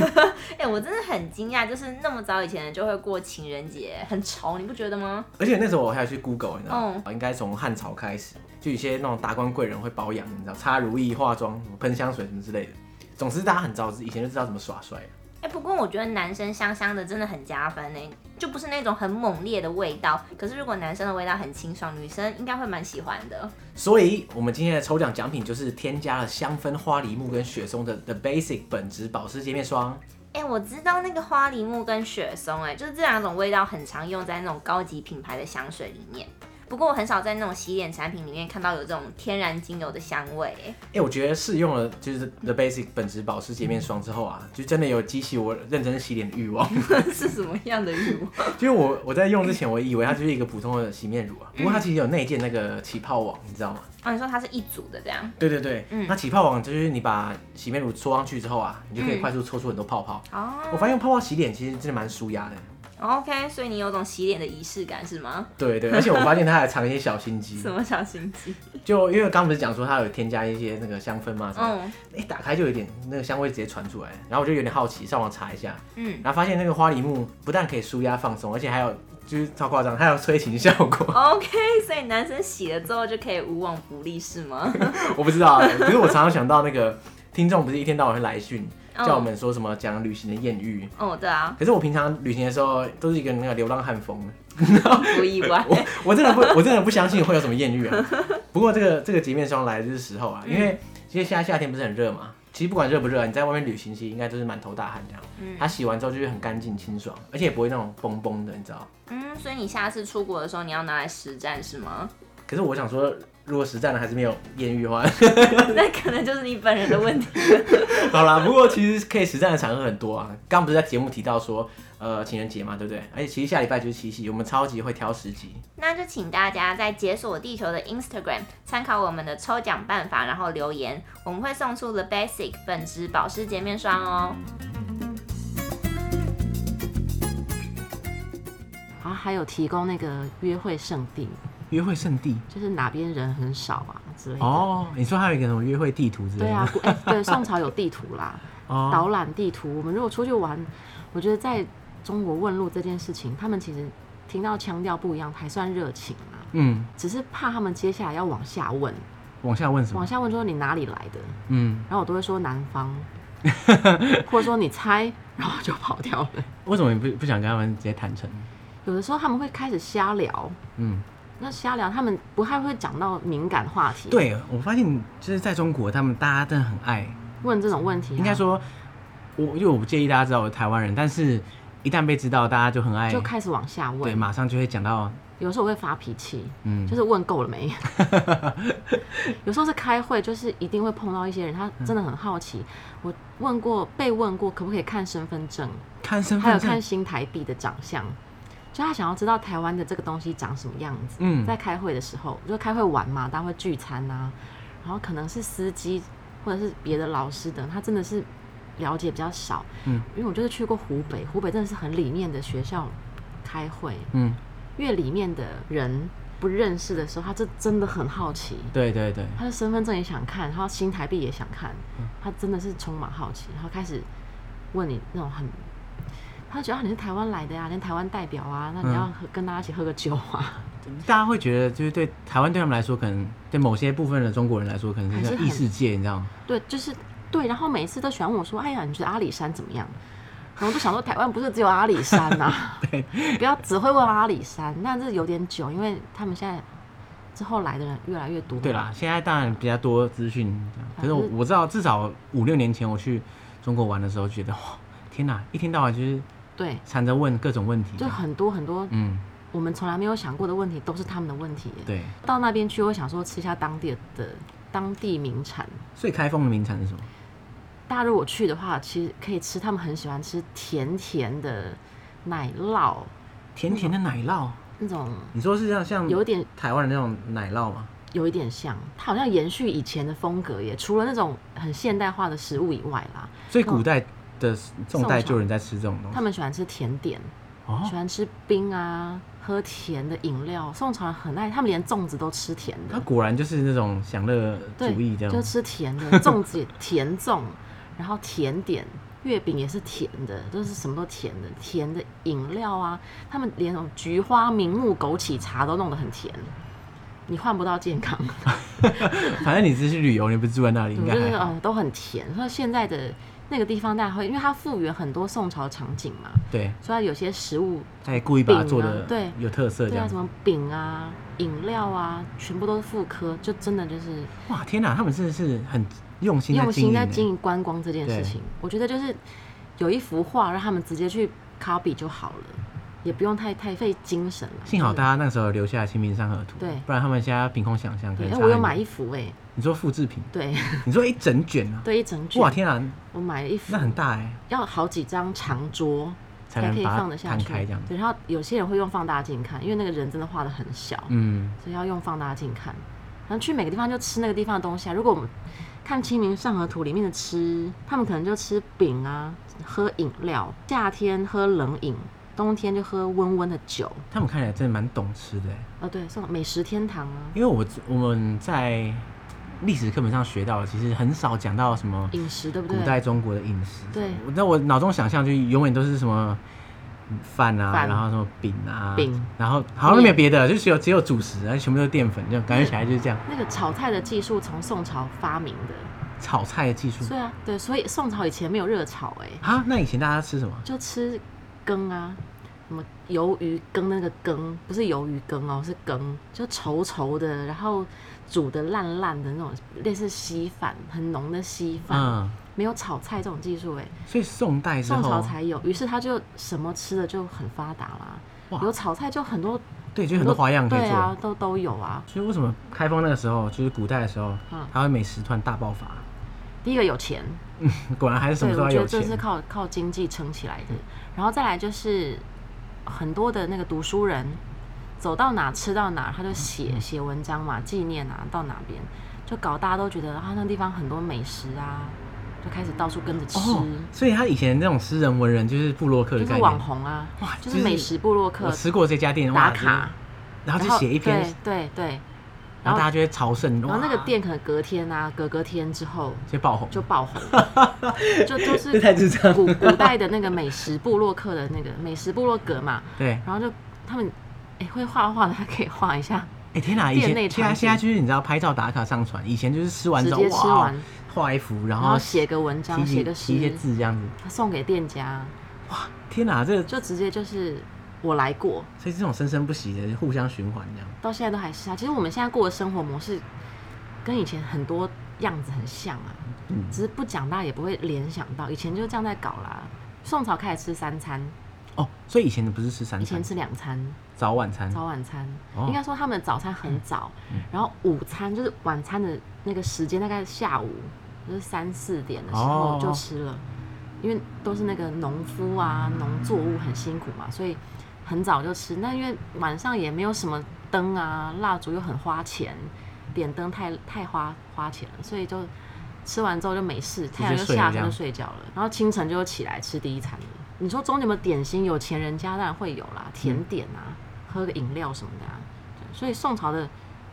A: *laughs*
C: 哎、我真的很惊讶，就是那么早以前就会过情人节，很潮，你不觉得吗？
A: 而且那时候我还有去 Google，你知道吗？应该从汉朝开始，就有一些那种达官贵人会保养，你知道，擦如意、化妆、喷香水什么之类的。总之，大家很早之以前就知道怎么耍帅了。
C: 哎、不过我觉得男生香香的真的很加分呢、欸就不是那种很猛烈的味道，可是如果男生的味道很清爽，女生应该会蛮喜欢的。
A: 所以，我们今天的抽奖奖品就是添加了香氛花梨木跟雪松的 The Basic 本质保湿洁面霜。
C: 哎、我知道那个花梨木跟雪松、哎，就是这两种味道很常用在那种高级品牌的香水里面。不过我很少在那种洗脸产品里面看到有这种天然精油的香味、哎
A: 哎、我觉得试用了就是 The Basic 本质保湿洁面霜之后啊，就真的有激起我认真洗脸的欲望。
C: *laughs*
A: *laughs*
C: 是什么样的欲望？
A: 就是我我在用之前，我以为它就是一个普通的洗面乳啊，不过它
C: 嗯
A: 其实有内建那个起泡网，你知道吗？
C: *laughs* 哦，你说它是一组的这样，
A: 对对对，
C: 嗯
A: 那起泡网就是你把洗面乳搓上去之后啊，你就可以
C: 嗯
A: 快速搓出很多泡泡。
C: 哦
A: 我发现用泡泡洗脸其实真的蛮舒压的，
C: ，OK，所以你有种洗脸的仪式感是吗？
A: 对对，而且我发现它还藏一些小心机
C: 什，么小心机？
A: 就因为刚不是讲说它有添加一些那个香氛嘛什么
C: 嗯
A: 的，一、哎打开就有点那个香味直接传出来，然后我就有点好奇，上网查一下，
C: 嗯，
A: 然后发现那个花梨木不但可以舒压放松，而且还有就是超夸张，它还有催情效果， *laughs*
C: OK，所以男生洗了之后就可以无往不利是吗？ *laughs*
A: 我不知道、欸，可是我常常想到那个听众不是一天到晚会来讯
C: 嗯
A: 叫我们说什么讲旅行的艳遇。
C: 哦，对啊，
A: 可是我平常旅行的时候都是一个那个流浪汉风，
C: 不意外。
A: 我我真的不我真的不相信会有什么艳遇啊。不过这个这个洁面霜来的就是时候啊，因
C: 嗯
A: 为其实现在夏天不是很热嘛，其实不管热不热啊，你在外面旅行其实应该都是满头大汗这样。
C: 嗯
A: 它洗完之后就是很干净清爽，而且也不会那种崩崩的，你知道。
C: 嗯，所以你下次出国的时候你要拿来实战是吗？ *laughs*
A: 可是我想说，如果实战了还是没有艳遇的话， *laughs*
C: 那可能就是你本人的问题。 *laughs*
A: 好啦，不过其实可以实战的场合很多啊。刚刚不是在节目提到说，呃，情人节嘛，对不对？而且其实下礼拜就是七夕，我们超级会挑十集。
C: 那就请大家在解锁地球的 Instagram 参考我们的抽奖办法，然后留言，我们会送出 The Basic 粉质保湿洁面霜哦。
B: 然后还有提供那个约会圣地，
A: 约会圣地
B: 就是哪边人很少啊之类的。
A: 哦，你说还有一个什么约会地图之类的？
B: 对啊，古哎、对，宋朝有地图啦，
A: *laughs* 哦，
B: 导览地图。我们如果出去玩，我觉得在中国问路这件事情，他们其实听到腔调不一样，还算热情啊。
A: 嗯，
B: 只是怕他们接下来要往下问，
A: 往下问什
B: 往
A: 么？
B: 下问说你哪里来的，
A: 嗯，
B: 然后我都会说南
A: *laughs*
B: 方，或者说你猜，然后就跑掉了。
A: 为什么你不不想跟他们直接坦诚？
B: 有的时候他们会开始瞎聊，
A: 嗯，
B: 那瞎聊他们不太会讲到敏感话题，，
A: 对我发现就是在中国，他们大家真的很爱，
B: 问这种问题啊、
A: 应该说，我因为我不介意大家知道我是台湾人，但是一旦被知道，大家就很爱，
B: 就开始往下
A: 对，
B: 问。
A: 马上就会讲到，
B: 有时候我会发脾气，
A: 嗯，
B: 就是问够
A: *laughs*
B: 了没？有时候是开会，就是一定会碰到一些人，他
A: 嗯
B: 真的很好奇。我问过，被问过可不可以看身份证，
A: 看身
B: 还有
A: 份
B: 看
A: 证，
B: 新台币的长相，就他想要知道台湾的这个东西长什么样子。
A: 嗯
B: 在开会的时候，就开会玩嘛，大家会聚餐啊，然后可能是司机或者是别的老师等，他真的是了解比较少。
A: 嗯，
B: 因为我就是去过湖北，湖北真的是很里面的学校开会，
A: 嗯，
B: 越里面的人不认识的时候，他这真的很好奇，
A: 对对对，
B: 他的身份证也想看，然后新台币也想看，
A: 嗯
B: 他真的是充满好奇，然后开始问你那种很。他觉得啊你是台湾来的呀、连台湾代表啊，
A: 嗯
B: 那你要喝跟大家一起喝个酒
A: *laughs*
B: 啊，
A: 大家会觉得就是对台湾对他们来说，可能对某些部分的中国人来说，可能是
B: 还是
A: 像
B: 很
A: 异世界，你知道吗？
B: 对，就是对。然后每次都喜欢问我说：“哎呀，你觉得阿里山怎么样？”然后我就想说，台湾不是只有阿里山呐、
A: *laughs* 对，
B: 不要只会问阿里山，那这有点久，因为他们现在之后来的人越来越多。
A: 对啦，，现在当然比较多资讯这样，可是我
B: 反正
A: 我知道至少五六年前我去中国玩的时候，觉得哇，天哪，一天到晚就是
B: 对，
A: 缠着问各种问题，
B: 就很多很多
A: 嗯，
B: 我们从来没有想过的问题，都是他们的问题耶。
A: 对。
B: 到那边去，我想说吃一下当地的当地名产。
A: 所以开封的名产是什么？
B: 大家如果去的话，其实可以吃他们很喜欢吃甜甜的奶酪，
A: 甜甜的奶酪，
B: 那种
A: 你说是像像
B: 有点
A: 台湾的那种奶酪吗？
B: 有一点像，它好像延续以前的风格耶，除了那种很现代化的食物以外啦，
A: 所以古代的这种代就有人在吃这种东
B: 他
A: 西
B: 们喜欢吃甜点，喜
A: 哦。
B: 欢吃冰啊，喝甜的饮料。宋朝人很爱，他们连粽子都吃甜
A: 他
B: 的，
A: 果然就是那种享乐
B: 对
A: 主义这，
B: 就
A: 样，
B: 吃甜 *laughs* 的粽子也甜粽，然后甜点。月饼也是甜的，就是什么都甜的，甜的饮料啊，他们连那种菊花、明目、枸杞茶都弄得很甜，你换不到健 *laughs* 康。
A: *laughs* 反正你只是去旅游，你不是住在那里，应
B: 对，
A: 该
B: 就是
A: 还好。
B: 呃都很甜。所以现在的那个地方大家会，因为它复原很多宋朝场景嘛，
A: 对，
B: 所以它有些食物，
A: 他也故意把它
B: 哦饼啊
A: 做的
B: 对
A: 有特色这
B: 对啊，
A: 样
B: 什。么饼啊、饮料啊，全部都是复刻，就真的就是
A: 哇，天哪，他们真的是很用心在
B: 用
A: 经
B: 心
A: 营
B: 在
A: 欸，
B: 经营观光这件事情。我觉得就是有一幅画，让他们直接去 copy 就好了，也不用太太费精神了。
A: 幸好
B: 就是
A: 大家那时候有留下《清明上河图》，
B: 对
A: 不然他们现在凭空想象可
B: 对，
A: 能
B: 哎、
A: 差
B: 我有
A: 很
B: 买
A: 远
B: 一幅哎、
A: 你说复制品，
B: 对 *laughs*
A: 你说一整卷啊？
B: 对，一整卷。
A: 哇，天啊，
B: 我买了一幅
A: 那，很大哎，
B: 要好几张长桌。
A: 才
B: 可
A: 能
B: 以
A: 把
B: 放
A: 它
B: 得下
A: 摊
B: 去。
A: 开这样子。
B: 对，然后有些人会用放大镜看，因为那个人真的画的很小，
A: 嗯，
B: 所以要用放大镜看。然后去每个地方就吃那个地方的东西啊。如果我们看《清明上河图》里面的吃，他们可能就吃饼啊，喝饮料，夏天喝冷饮，冬天就喝温温的酒。
A: 他们看起来真的蛮懂吃的哎，
B: 哦，对，送美食天堂啊，
A: 因为我我们在历史课本上学到的，其实很少讲到什么
B: 饮食对不对？
A: 古代中国的饮食。
B: 对
A: 我那我脑中想象就永远都是什么饭啊，
B: 饭
A: 然后什么饼啊，
B: 饼，
A: 然后好像没有别的，就只有只有主食，然后全部都是淀粉，这样感觉起来就是这样。
B: 那个炒菜的技术从宋朝发明的，
A: 炒菜的技术
B: 对啊，对，所以宋朝以前没有热炒哎、
A: 啊，那以前大家吃什么？
B: 就吃羹啊，什么鱿鱼羹那个羹，不是鱿鱼羹哦，是羹，就稠稠的，然后煮的烂烂的那种，类似稀饭，很浓的稀饭，
A: 嗯，
B: 没有炒菜这种技术哎，
A: 所以宋代之
B: 宋
A: 后，
B: 朝才有，于是他就什么吃的就很发达啦
A: 哇，
B: 有炒菜就很多
A: 对，就很多花样可以
B: 对
A: 做。
B: 啊，都都有啊。
A: 所以为什么开封那个时候，就是古代的时候
B: 嗯，
A: 台湾美食团大爆发？
B: 第一个有钱，
A: 果然还是什么
B: 对，
A: 时候
B: 我觉
A: 有
B: 得这是
A: 钱？嗯
B: 靠靠经济撑起来的。然后再来就是很多的那个读书人，走到哪吃到哪，他就写
A: 嗯
B: 写文章嘛，纪念啊，到哪边就搞大家都觉得啊，那地方很多美食啊，就开始到处跟着吃，
A: 哦，所以他以前那种诗人文人就是布洛克的
B: 就
A: 概
B: 是
A: 念。
B: 网红啊，
A: 哇
B: 就
A: 就是是
B: 美食部落
A: 我
B: 客
A: 吃过这家店，哇
B: 打卡，，
A: 就是然后就写一篇，
B: 对对对，
A: 然后大家就会朝圣，
B: 哦然后那个
A: 哇
B: 店可能隔天啊，隔隔天之后
A: 就爆红，
B: 就爆红，
A: *laughs*
B: 就就
A: 这
B: 是
A: 太智障
B: 古
A: 了。
B: 古代的那个美食部落客的那个美食部落格嘛，
A: 对，哎、
B: 然后就他们哎、会画画的，他可以画一下，
A: 哎天哪！以
B: 店
A: 前
B: 内
A: 现在
B: 场景
A: 现在就是你知道拍照打卡上传，以前就是吃完之后
B: 直接吃
A: 哇
B: 完，
A: 画一幅，然
B: 然后
A: 后
B: 写个文
A: 提
B: 章，写
A: 几
B: 个
A: 提一些
B: 诗，
A: 字这样子。
B: 送给店家，
A: 天哪，这个
B: 就直接就是我来过，
A: 所以这种生生不息的互相循环这样。
B: 到现在都还是啊。其实我们现在过的生活模式跟以前很多样子很像啊，
A: 嗯
B: 只是不讲大家也不会联想到，以前就这样在搞啦。宋朝开始吃三餐，
A: 哦，所以以前你不是吃三
B: 以
A: 餐
B: 前，吃两餐，
A: 早晚餐，
B: 早晚餐，
A: 哦嗯
B: 应该说他们的早餐很早，然后午餐就是晚餐的那个时间，大概下午就是三四点的时
A: 哦
B: 候就吃了，因为都是那个农夫啊，农作物很辛苦嘛，所以很早就吃。那因为晚上也没有什么灯啊，蜡烛又很花钱，点灯太太花花钱了，所以就吃完之后就没事，
A: 接
B: 太阳就
A: 睡了
B: 下
A: 这
B: 山
A: 样
B: 就睡觉了，然后清晨就起来吃第一餐了。你说中间有没有点心？有钱人家当然会有啦，甜点
A: 嗯
B: 啊，喝个饮料什么的啊。所以宋朝的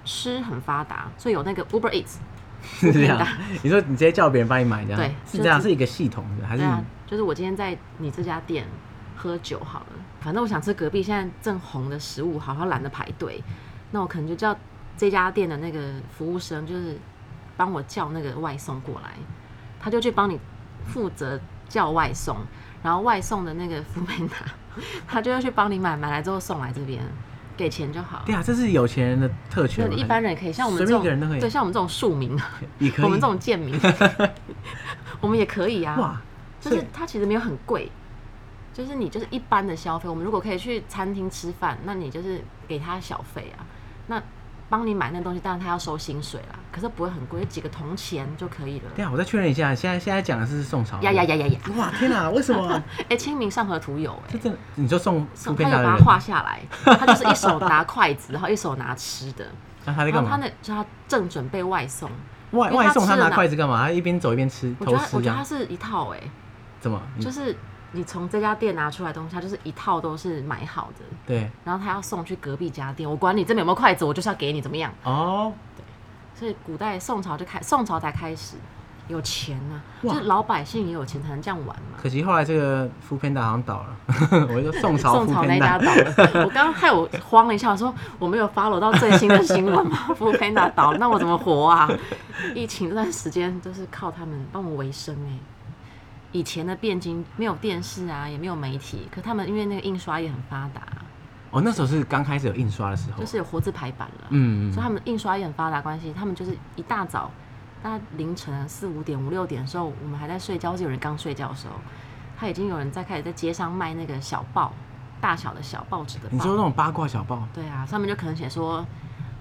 B: 吃很发达，所以有那个 Uber Eats，
A: 是这样。你说你直接叫别人帮你买这样，
B: 对
A: 是
B: 就
A: 这样，
B: 只
A: 是一个系统的，还是
B: 对
A: 你
B: 啊，就是我今天在你这家店喝酒好了，反正我想吃隔壁现在正红的食物，好像懒得排队，那我可能就叫这家店的那个服务生，就是帮我叫那个外送过来，他就去帮你负责叫外送，然后外送的那个福美达，他就要去帮你买，买来之后送来这边，给钱就好。
A: 对啊，这是有钱人的特
B: 那
A: 权嘛，
B: 一般人可以，像我们
A: 随便
B: 这种
A: 一个人都可以
B: 对，像我们这种庶民，
A: 也可以。
B: 我们这种
A: *laughs*
B: 贱民，我们也可以啊。
A: 哇，
B: 就
A: 所以
B: 是它其实没有很贵，就是你就是一般的消费。我们如果可以去餐厅吃饭，那你就是给他小费啊。那帮你买那东西，当然他要收薪水啦，可是不会很贵，几个铜钱就可以了。
A: 对啊，啊我再确认一下，现在现在讲的是宋朝。
B: 呀呀！呀呀呀！
A: 哇，天哪、为什么？
B: 哎、清明上河图有哎、
A: 这真的，你就送
B: 他
A: 图
B: 有
A: 片达
B: 把它
A: 人，
B: 画下来，他就是一手拿筷子，然后一手拿吃的，
A: 那 *laughs* 他在
B: 然
A: 干
B: 后他
A: 嘛？
B: 那就他正准备外送，
A: 外
B: 因为
A: 外
B: 他
A: 送他
B: 吃了
A: 拿
B: 呢
A: 筷子干嘛？他一边走一边吃，
B: 我觉
A: 偷
B: 得他
A: 吃这
B: 我觉得它
A: 样？嗯
B: 是一套哎、
A: 怎么？你
B: 就是你从这家店拿出来的东西，它就是一套都是买好的，
A: 对
B: 然后他要送去隔壁家店，我管你这边有没有筷子，我就是要给你怎么样？
A: 哦，
B: 所以古代宋朝就开，宋朝才开始有钱呐、
A: 哇
B: 就是老百姓也有钱才能这样玩嘛。
A: 可惜后来这个福片达好像倒了， *laughs* 我就说宋
B: *laughs*
A: 朝
B: 宋
A: 福
B: 朝那
A: 片
B: 一家
A: 达，
B: 倒了，我刚刚害我慌了一下，我说我没有 follow 到最新的新 *laughs* 闻吗？福佩达倒了，那我怎么活啊？疫情这段时间都是靠他们帮我维生哎、以前的汴京没有电视啊，也没有媒体，可他们因为那个印刷业很发达，
A: *laughs* 哦，那时候是刚开始有印刷的时候，
B: 就是有活字排版了。
A: 嗯，
B: 所以
A: 嗯
B: 他们印刷也很发达关系，他们就是一大早，大概凌晨四五点、五六点的时候，我们还在睡觉，或是有人刚睡觉的时候，他已经有人在开始在街上卖那个小报，大小的小报纸的
A: 你说那
B: 报。
A: 种八卦小
B: *laughs*
A: 报，
B: 对啊，上面就可能写说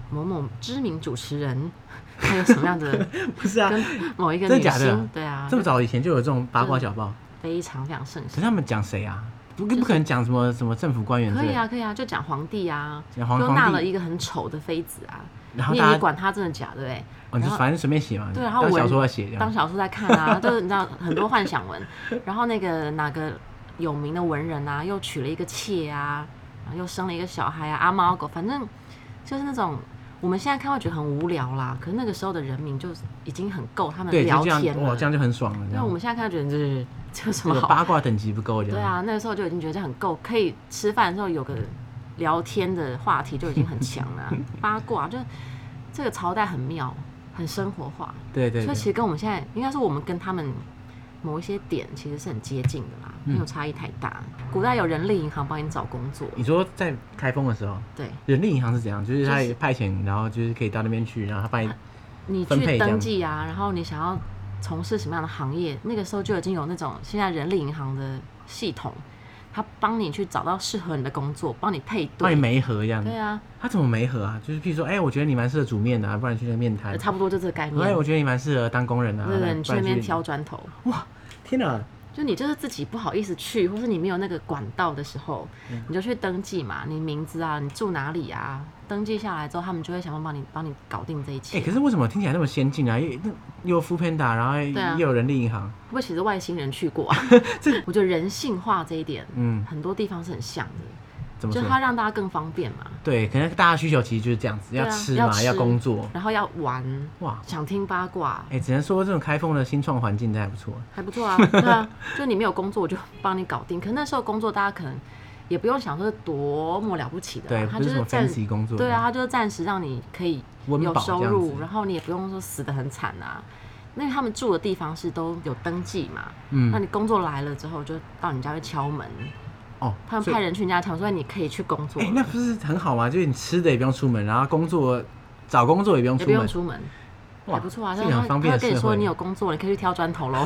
B: 某某知名主持人， *laughs* 还有什么
A: *laughs*
B: 样的
A: 不是啊，
B: 某一个
A: 真的
B: 女
A: 假的
B: 星，对啊，
A: 这么
B: 就
A: 早以前就有这种八卦小报，
B: 非常非常盛
A: 可
B: 行。
A: 是他们讲谁啊？不不可能讲什么什么政府官员之
B: 可
A: 类
B: 以
A: 的，
B: 啊，可以啊，就讲皇帝啊，
A: 讲皇
B: 就纳
A: 皇
B: 了
A: 帝，
B: 一个很丑的妃子啊，
A: 然后
B: 你也
A: 大
B: 没
A: 家，
B: 管他真的假的哎、
A: 哦，你就
B: 然后
A: 反正随便写嘛，
B: 对然后
A: 当小
B: 文
A: 说来写这样
B: 当。小说在看啊， *laughs* 就是你知道很多幻想文，然后那个哪个有名的文人啊，又娶了一个妾啊，然后又生了一个小孩啊，阿猫阿狗，反正就是那种我们现在看会觉得很无聊啦，可是那个时候的人民就已经很够他们
A: 对，就
B: 聊
A: 这
B: 天
A: 样，哇，哦
B: 了。
A: 这样就很爽了。这
B: 因为我
A: 样
B: 们现在看觉得就是这有什
A: 这
B: 么
A: 个
B: 好？
A: 八卦等级不够，这样。
B: 对，啊，那个时候就已经觉得这很够，可以吃饭的时候有个聊天的话题就已经很强了
A: *laughs*
B: 啊、八卦就这个朝代很妙，很生活化。
A: 对对
B: 所
A: 对
B: 以其实跟我们现在，应该说我们跟他们某一些点其实是很接近的啦，
A: 嗯
B: 没有差异太大。古代有人力银行帮你找工作，
A: 你说在开封的时候，
B: 对
A: 人力银行是怎样？就是他
B: 就是
A: 派遣，然后就是可以到那边去，然后他帮
B: 啊
A: 你
B: 你
A: 嗯分配这
B: 去
A: 样
B: 登记啊，然后你想要从事什么样的行业，那个时候就已经有那种现在人力银行的系统，它帮你去找到适合你的工作，帮你配
A: 帮你
B: 对。
A: 媒合这样。
B: 对啊，
A: 他怎么媒合啊？就是譬如说，哎，我觉得你蛮适合煮面的啊，不然去那面谈
B: 呃；差不多就这个概念。
A: 哎，我觉得你蛮适合当工人啊，
B: 对对，你
A: 不
B: 去
A: 然
B: 那边挑。砖头，
A: 天哪，
B: 就你就是自己不好意思去，或是你没有那个管道的时候，
A: 嗯
B: 你就去登记嘛，你名字啊，你住哪里啊，登记下来之后，他们就会想办法帮你帮你搞定这一切。
A: 哎，可是为什么听起来那么先进啊？又那又有 f o o Panda，然后
B: 对啊
A: 又有人力银行，
B: 不过其实外星人去
A: *laughs*
B: 过、啊， *laughs* 我觉得人性化这一点，
A: 嗯，
B: 很多地方是很像的，
A: 怎么
B: 就
A: 说
B: 是？它让大家更方便嘛，
A: 对，可能大家需求其实就是这样子，
B: 对啊
A: 吃
B: 要
A: 嘛，要
B: 吃
A: 工作，
B: 然后要玩，
A: 哇。
B: 想听八
A: *laughs*
B: 卦。
A: 哎、只能说这种开封的新创环境真的还不错。
B: 还不错啊，对啊，就你没有工作，我就帮你搞定。可那时候工作，大家可能也不用想说是多么了不起的啊、
A: 对，
B: 他
A: 不
B: 就
A: 什
B: 是是
A: 么
B: 暂
A: fancy 工作。
B: 对啊，，它就是暂时让你可以
A: 温
B: 有
A: 饱
B: 收
A: 这样
B: 入，
A: 子
B: 然后你也不用说死得很惨啊。因为他们住的地方是都有登记嘛，那
A: 嗯，
B: 你工作来了之后就到你家去敲门，
A: 哦，
B: 他们
A: 所以
B: 派人去你家敲门，说你可以去工作
A: 哎、
B: 了，
A: 那不是很好吗？就是你吃的也不用出门，然后工作找工作也不用
B: 也
A: 出
B: 不用
A: 门，
B: 出门，
A: 哇，
B: 还不错啊。
A: 是
B: 他
A: 一个很
B: 他
A: 方
B: 他
A: 便
B: 会
A: 的
B: 跟你
A: 社
B: 说
A: 会。
B: 你有工作，你可以去挑
A: *laughs*
B: 砖头喽。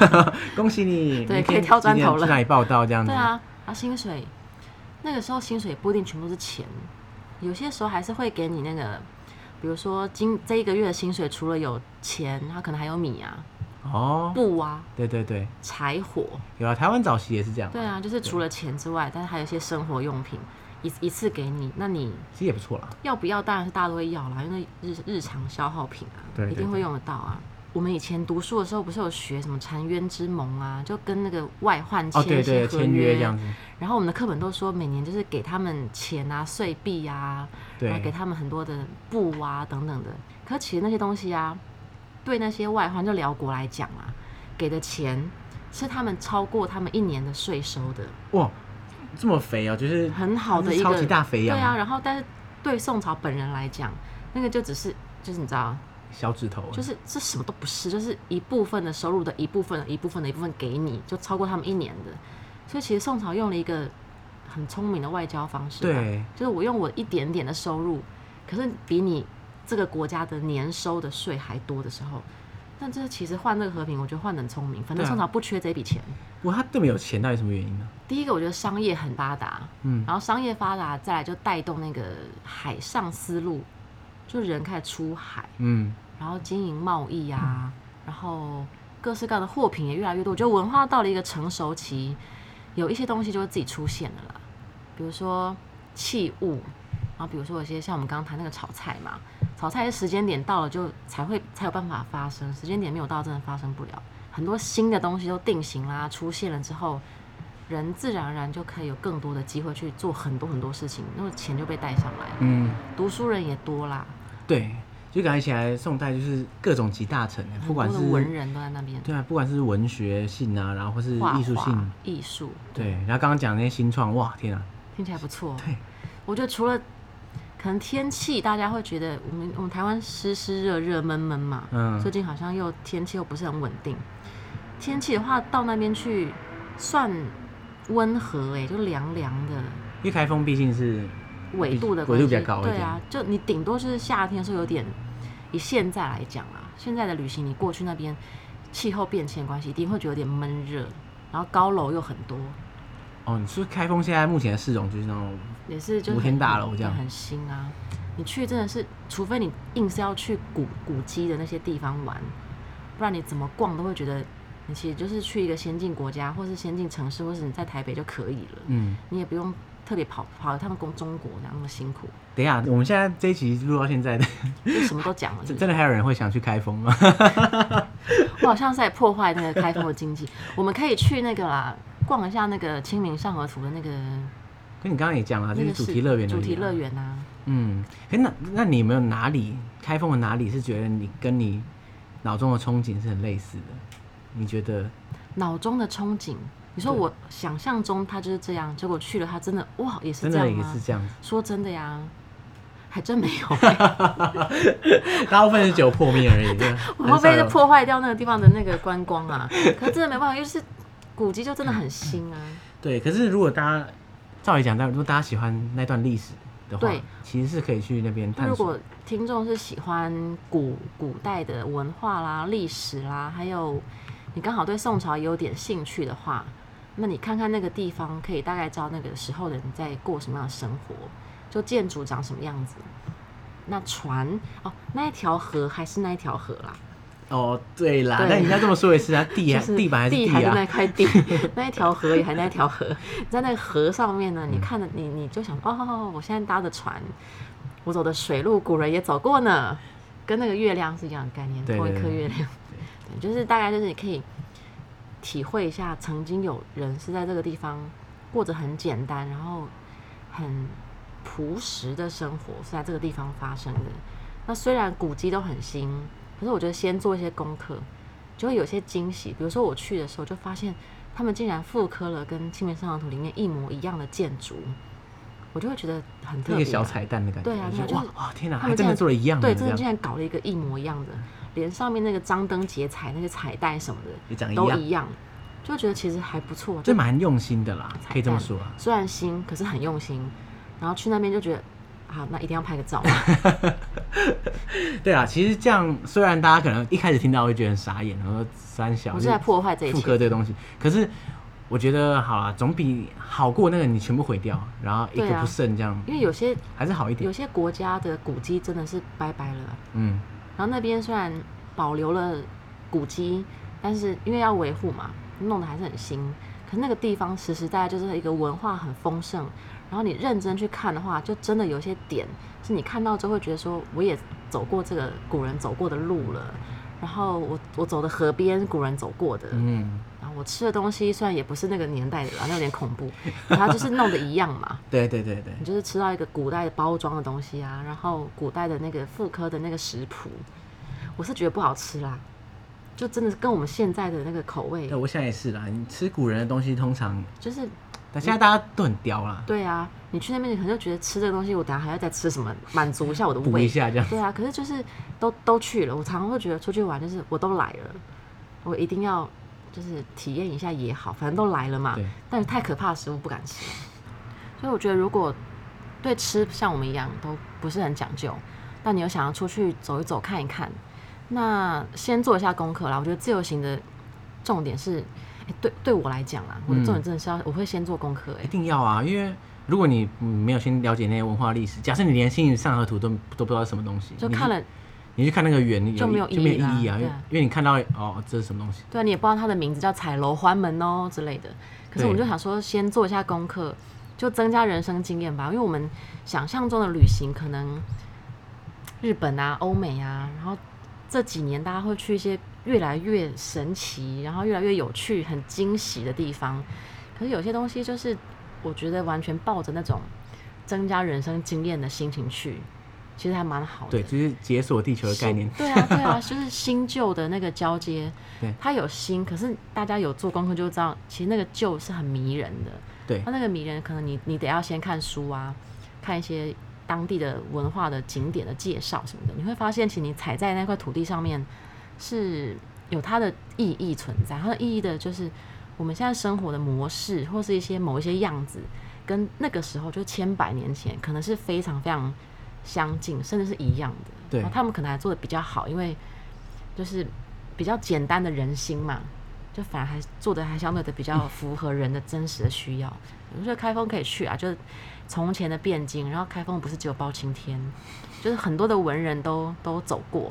A: 恭喜你，
B: *laughs* 对
A: 明
B: 可以
A: 天
B: 挑砖
A: 几点
B: 头了
A: 去哪里报道这样子？
B: 对，啊，啊薪水，那个时候薪水也不一定全部是钱，有些时候还是会给你那个，比如说今这一个月的薪水，除了有钱，它可能还有米啊、
A: 哦，
B: 布啊、
A: 对对对，
B: 柴火，
A: 有啊，台湾早期也是这样，
B: 对啊，就是除了钱之外，但是还有一些生活用品，一一次给你，那你
A: 其实也不错啦。
B: 要不要？当然是大家都会要啦，因为日日常消耗品啊，
A: 对对
B: 一定会用得到啊。我们以前读书的时候，不是有学什么澶渊之盟啊，就跟那个外患
A: 哦，
B: 签
A: 对对，
B: 一些合啊
A: 签约这样子，
B: 然后我们的课本都说，每年就是给他们钱啊、岁币啊，然后给
A: 对，
B: 他们很多的布啊等等的。可其实那些东西啊，对那些外患就辽国来讲啊，给的钱是他们超过他们一年的税收的。
A: 哇，这么肥哦，就是
B: 很好的
A: 是
B: 一个
A: 超级大肥
B: 对
A: 羊，
B: 啊，然后但是对宋朝本人来讲，那个就只是就是你知道，
A: 小指头，
B: 就是这什么都不是，就是一部分的收入的一部分的一部分的一部分给你，就超过他们一年的。所以其实宋朝用了一个很聪明的外交方式，，啊
A: 对，
B: 就是我用我一点点的收入，可是比你这个国家的年收的税还多的时候。但这其实换这个和平，我觉得换得很聪明。反
A: 对啊
B: 正宋朝不缺这笔钱。
A: 哇，他这么有钱，到底什么原因呢？
B: 第一个，我觉得商业很发达，
A: 嗯，
B: 然后商业发达，再来就带动那个海上丝路，就人开始出海，
A: 嗯，
B: 然后经营贸易啊，然后各式各样的货品也越来越多。我觉得文化到了一个成熟期，有一些东西就会自己出现了啦，比如说器物，然后比如说有些像我们刚刚谈那个炒菜嘛，炒菜是时间点到了就才会才有办法发生，时间点没有到真的发生不了。很多新的东西都定型啦，出现了之后，人自然而然就可以有更多的机会去做很多很多事情，因为钱就被带上来了。
A: 嗯，
B: 读书人也多啦，
A: 对，就感觉起来宋代就是各种集大成，不
B: 很多
A: 管
B: 的
A: 是
B: 文人都在那边，
A: 对啊，不管是文学性啊，然后或是
B: 画
A: 艺术
B: 画
A: 性，、
B: 艺术，
A: 对，然后刚刚讲那些新创，哇，天啊，
B: 听起来不错。
A: 对，
B: 我觉得除了可能天气，大家会觉得我们我们台湾湿湿热热闷闷嘛，
A: 嗯
B: 最近好像又天气又不是很稳定。天气的话，到那边去算温和、欸，哎，就凉凉的，
A: 因为台风毕竟是
B: 纬度的
A: 纬
B: 关
A: 度
B: 系，
A: 比较高一点
B: 对啊，就你顶多就是夏天的时候有点，以现在来讲啊，现在的旅行你过去那边，气候变迁的关系一定会觉得有点闷热，然后高楼又很多，
A: 哦，你说开封现在目前的市容就是那种
B: 也是就是
A: 摩天大楼这样
B: 很新啊。你去真的是，除非你硬是要去古古迹的那些地方玩，不然你怎么逛都会觉得你其实就是去一个先进国家，或是先进城市，或是你在台北就可以了，
A: 嗯。
B: 你也不用特别跑跑他们公中国那样那么辛苦，
A: 等一下，我们现在这一集录到现在的， *laughs*
B: 就什么都讲了是
A: 真
B: 不是
A: 真的还有人会想去开封吗？ *laughs*
B: 我好像是在破坏那个开封的经济。 *laughs* 我们可以去那个啦，逛一下那个《清明上河图》的那个
A: 跟你刚刚也讲了，就
B: 那
A: 是
B: 个
A: 主
B: 是
A: 题乐园而已啊
B: 主题乐。园啊，
A: 嗯，哎，那那你有没有哪里开封的哪里是觉得你跟你脑中的憧憬是很类似的？你觉得？
B: 脑中的憧憬。你说
A: 对
B: 我想象中它就是这样，结果去了它真的哇也是
A: 真
B: 这
A: 的
B: 样
A: 也
B: 吗
A: 是？这样子，
B: 说真的呀，还真没有、
A: *laughs* 大部分是只有破灭而已。哎真的
B: *laughs* 我
A: 很
B: 会不
A: 少
B: 会
A: 有
B: 是破坏掉那个地方的那个观光啊？可是真的没办法，因为是古迹就真的很新啊。
A: 对，可是如果大家照理讲，但如果大家喜欢那段历史的话
B: 对，
A: 其实是可以去那边
B: 那
A: 探
B: 如
A: 索
B: 果。听众是喜欢古古代的文化啦、历史啦，还有你刚好对宋朝也有点兴趣的话，那你看看那个地方，可以大概知道那个时候的人在过什么样的生活，就建筑长什么样子。那船哦，那一条河还是那一条河啦，
A: 哦，对啦，
B: 对
A: 那你要这么说也是啊，地啊
B: 就是
A: 地板还是
B: 地
A: 地
B: 还是
A: 啊
B: 那，块地， *laughs* 那一条河也还那一条河，在那个河上面呢，你
A: 嗯
B: 看着你你就想哦，我现在搭的船，我走的水路，古人也走过呢，跟那个月亮是一样的概念，
A: 对
B: 同一
A: 对
B: 颗
A: 对
B: 月亮，对，就是大概就是你可以体会一下，曾经有人是在这个地方过着很简单，然后很朴实的生活是在这个地方发生的。那虽然古迹都很新，可是我觉得先做一些功课，就会有些惊喜。比如说我去的时候就发现，他们竟然复刻了跟《清明上河图》里面一模一样的建筑，我就会觉得很特
A: 那
B: 别、
A: 个
B: 啊。
A: 小彩蛋的感觉。
B: 对啊
A: 就
B: 对啊
A: 哇
B: 就是
A: 哇，天哪，
B: 他
A: 还
B: 们
A: 真的
B: 竟
A: 做了一样的
B: 对，
A: 这
B: 真的
A: 样
B: 竟。然搞了一个一模一样的，连上面那个张灯结彩、那些彩带什么
A: 也
B: 的
A: 长一
B: 都
A: 样
B: 一样，就觉得其实还不错。
A: 这
B: 就
A: 蛮用心的啦，可以这么
B: 彩蛋
A: 说啊。
B: 虽然新，可是很用心。然后去那边就觉得，啊，那一定要拍个
A: *laughs*
B: 照嘛。
A: 对啊，其实这样虽然大家可能一开始听到会觉得很傻眼，然后三小
B: 我
A: 就是
B: 在破坏这一
A: 复
B: 切
A: 刻。这个东西，可是我觉得好啊，总比好过那个你全部毁掉，然后一
B: 对
A: 个
B: 啊
A: 不剩这样，
B: 因为有些
A: 还是好一点
B: 有。些国家的古迹真的是拜拜了，啊
A: 嗯，
B: 然后那边虽然保留了古迹，但是因为要维护嘛，弄得还是很新。可是那个地方实实在在就是一个文化很丰盛，然后你认真去看的话，就真的有一些点是你看到之后会觉得说，我也走过这个古人走过的路了，然后我我走的河边古人走过的，
A: 嗯，
B: 然后我吃的东西虽然也不是那个年代的啦，那有点恐怖，然后就是弄得一样嘛，
A: 对对对对
B: 你就是吃到一个古代的包装的东西啊，然后古代的那个妇科的那个食谱，我是觉得不好吃啦，就真的是跟我们现在的那个口味
A: 对，，我想也是啦。你吃古人的东西，通常
B: 就是
A: 但现在大家都很刁啦，
B: 对啊，你去那边你可能就觉得吃这个东西，我等下还要再吃什么，满足一下我的
A: 补一
B: 胃。
A: 下这样。
B: 对啊，可是就是都都去了，我常常会觉得出去玩就是我都来了，我一定要就是体验一下也好，反正都来了嘛
A: 对。
B: 但是太可怕的食物不敢吃，所以我觉得如果对吃像我们一样都不是很讲究，但你又想要出去走一走看一看，那先做一下功课啦。我觉得自由行的重点是，诶对对我来讲啦，我的重点真的是要、我会先做功课、诶
A: 一定要啊，因为如果你嗯没有先了解那些文化历史，假设你连《星云上河图都》都不知道是什么东西，
B: 就
A: 你
B: 看了，
A: 你去看那个圆
B: 就没有
A: 就没有
B: 意义啦
A: 意义啊，因为
B: 对啊
A: 因为你看到哦这是什么东西，
B: 对啊，你也不知道它的名字叫彩楼欢门哦之类的。可是我们
A: 对
B: 就想说，先做一下功课，就增加人生经验吧，因为我们想象中的旅行可能日本啊、欧美啊，然后这几年大家会去一些越来越神奇，然后越来越有趣、很惊喜的地方。可是有些东西就是，我觉得完全抱着那种增加人生经验的心情去，其实还蛮好的。
A: 对，就是解锁地球的概念
B: 新。对啊，对
A: *laughs*
B: 啊，就是新旧的那个交接
A: 对，
B: 它有新，可是大家有做功课就知道，其实那个旧是很迷人的。
A: 对
B: 它那个迷人，可能你你得要先看书啊，看一些当地的文化的景点的介绍什么的，你会发现，其实你踩在那块土地上面是有它的意义存在。它的意义的就是我们现在生活的模式，或是一些某一些样子，跟那个时候就千百年前可能是非常非常相近，甚至是一样的。
A: 对
B: 然后他们可能还做的比较好，因为就是比较简单的人心嘛，就反而还做的还相对的比较符合人的真实的需要。我觉得开封可以去啊，就是从前的汴京，然后开封不是只有包青天，就是很多的文人都都走过，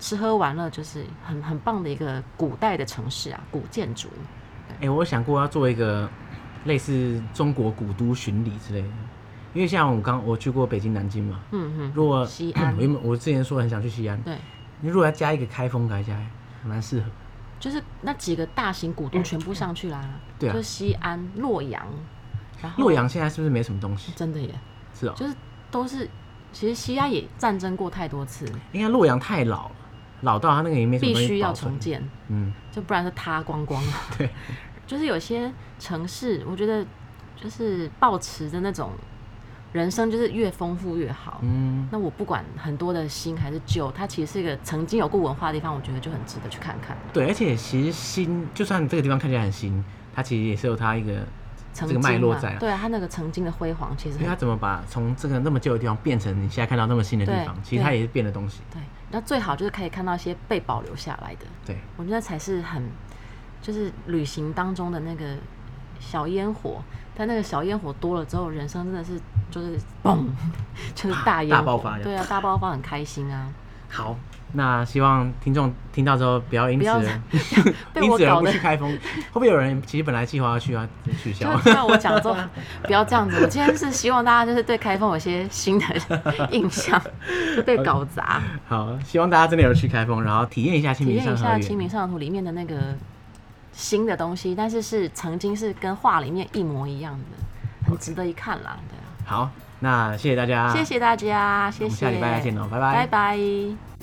B: 吃喝玩乐就是很很棒的一个古代的城市啊，古建筑。
A: 哎、我有想过要做一个类似中国古都巡礼之类的，因为像我刚我去过北京、南京嘛，
B: 嗯嗯，
A: 如果
B: 西
A: *clears throat*
B: 安
A: 我原本我之前说很想去西安，
B: 对，
A: 你如果要加一个开封改起来，蛮适合。
B: 就是那几个大型古都全部上去啦，
A: 对啊
B: 就是西安、洛阳，然后
A: 洛阳现在是不是没什么东西？
B: 真的耶，
A: 是哦，
B: 就是都是，其实西安也战争过太多次，
A: 应该洛阳太老了，老到它那个也没什么
B: 必
A: 东西
B: 须要
A: 保存
B: 重。建，
A: 嗯，
B: 就不然就塌光光了。
A: *laughs* 对，
B: 就是有些城市，我觉得就是保持的那种人生，就是越丰富越好。
A: 嗯，
B: 那我不管很多的新还是旧，它其实是一个曾经有过文化的地方，我觉得就很值得去看看。
A: 对，而且其实新，就算这个地方看起来很新，它其实也是有它一个
B: 曾
A: 这
B: 经
A: 个
B: 嘛，
A: 脉络在啊。
B: 对啊，它那个曾经的辉煌其实
A: 因为
B: 很
A: 它怎么把从这个那么旧的地方变成你现在看到那么新的地
B: 对
A: 方，其实它也是变的东西。
B: 对。那最好就是可以看到一些被保留下来的，
A: 对，
B: 我觉得才是很，就是旅行当中的那个小烟火。但那个小烟火多了之后，人生真的是就是嘣， *laughs* 就是大烟火
A: 大爆发这样
B: 对啊，大爆发很开心啊！
A: 好，那希望听众听到之后不要因此
B: 不要
A: *laughs*
B: 被
A: 因
B: 我
A: 此而
B: 搞
A: 不
B: 得
A: 去开封，会不会有人其实本来计划要去啊取
B: 就
A: 消？
B: 听到我讲之后，不要这样子。我今天是希望大家就是对开封有一些
A: *laughs*
B: 新的印象，就被搞砸。
A: 好，希望大家真的有去开封，然后体验一下清
B: 体
A: 明
B: 验
A: 上
B: 一
A: 河
B: 下《
A: 园
B: 清明上河图》里面的那个新的东西，但是是曾经是跟画里面一模一样的，很值得一看啦。对啊，
A: 好，那谢谢大家，
B: 谢谢大家，谢
A: 啊我
B: 谢，
A: 们下礼拜再见喽，拜
B: 拜拜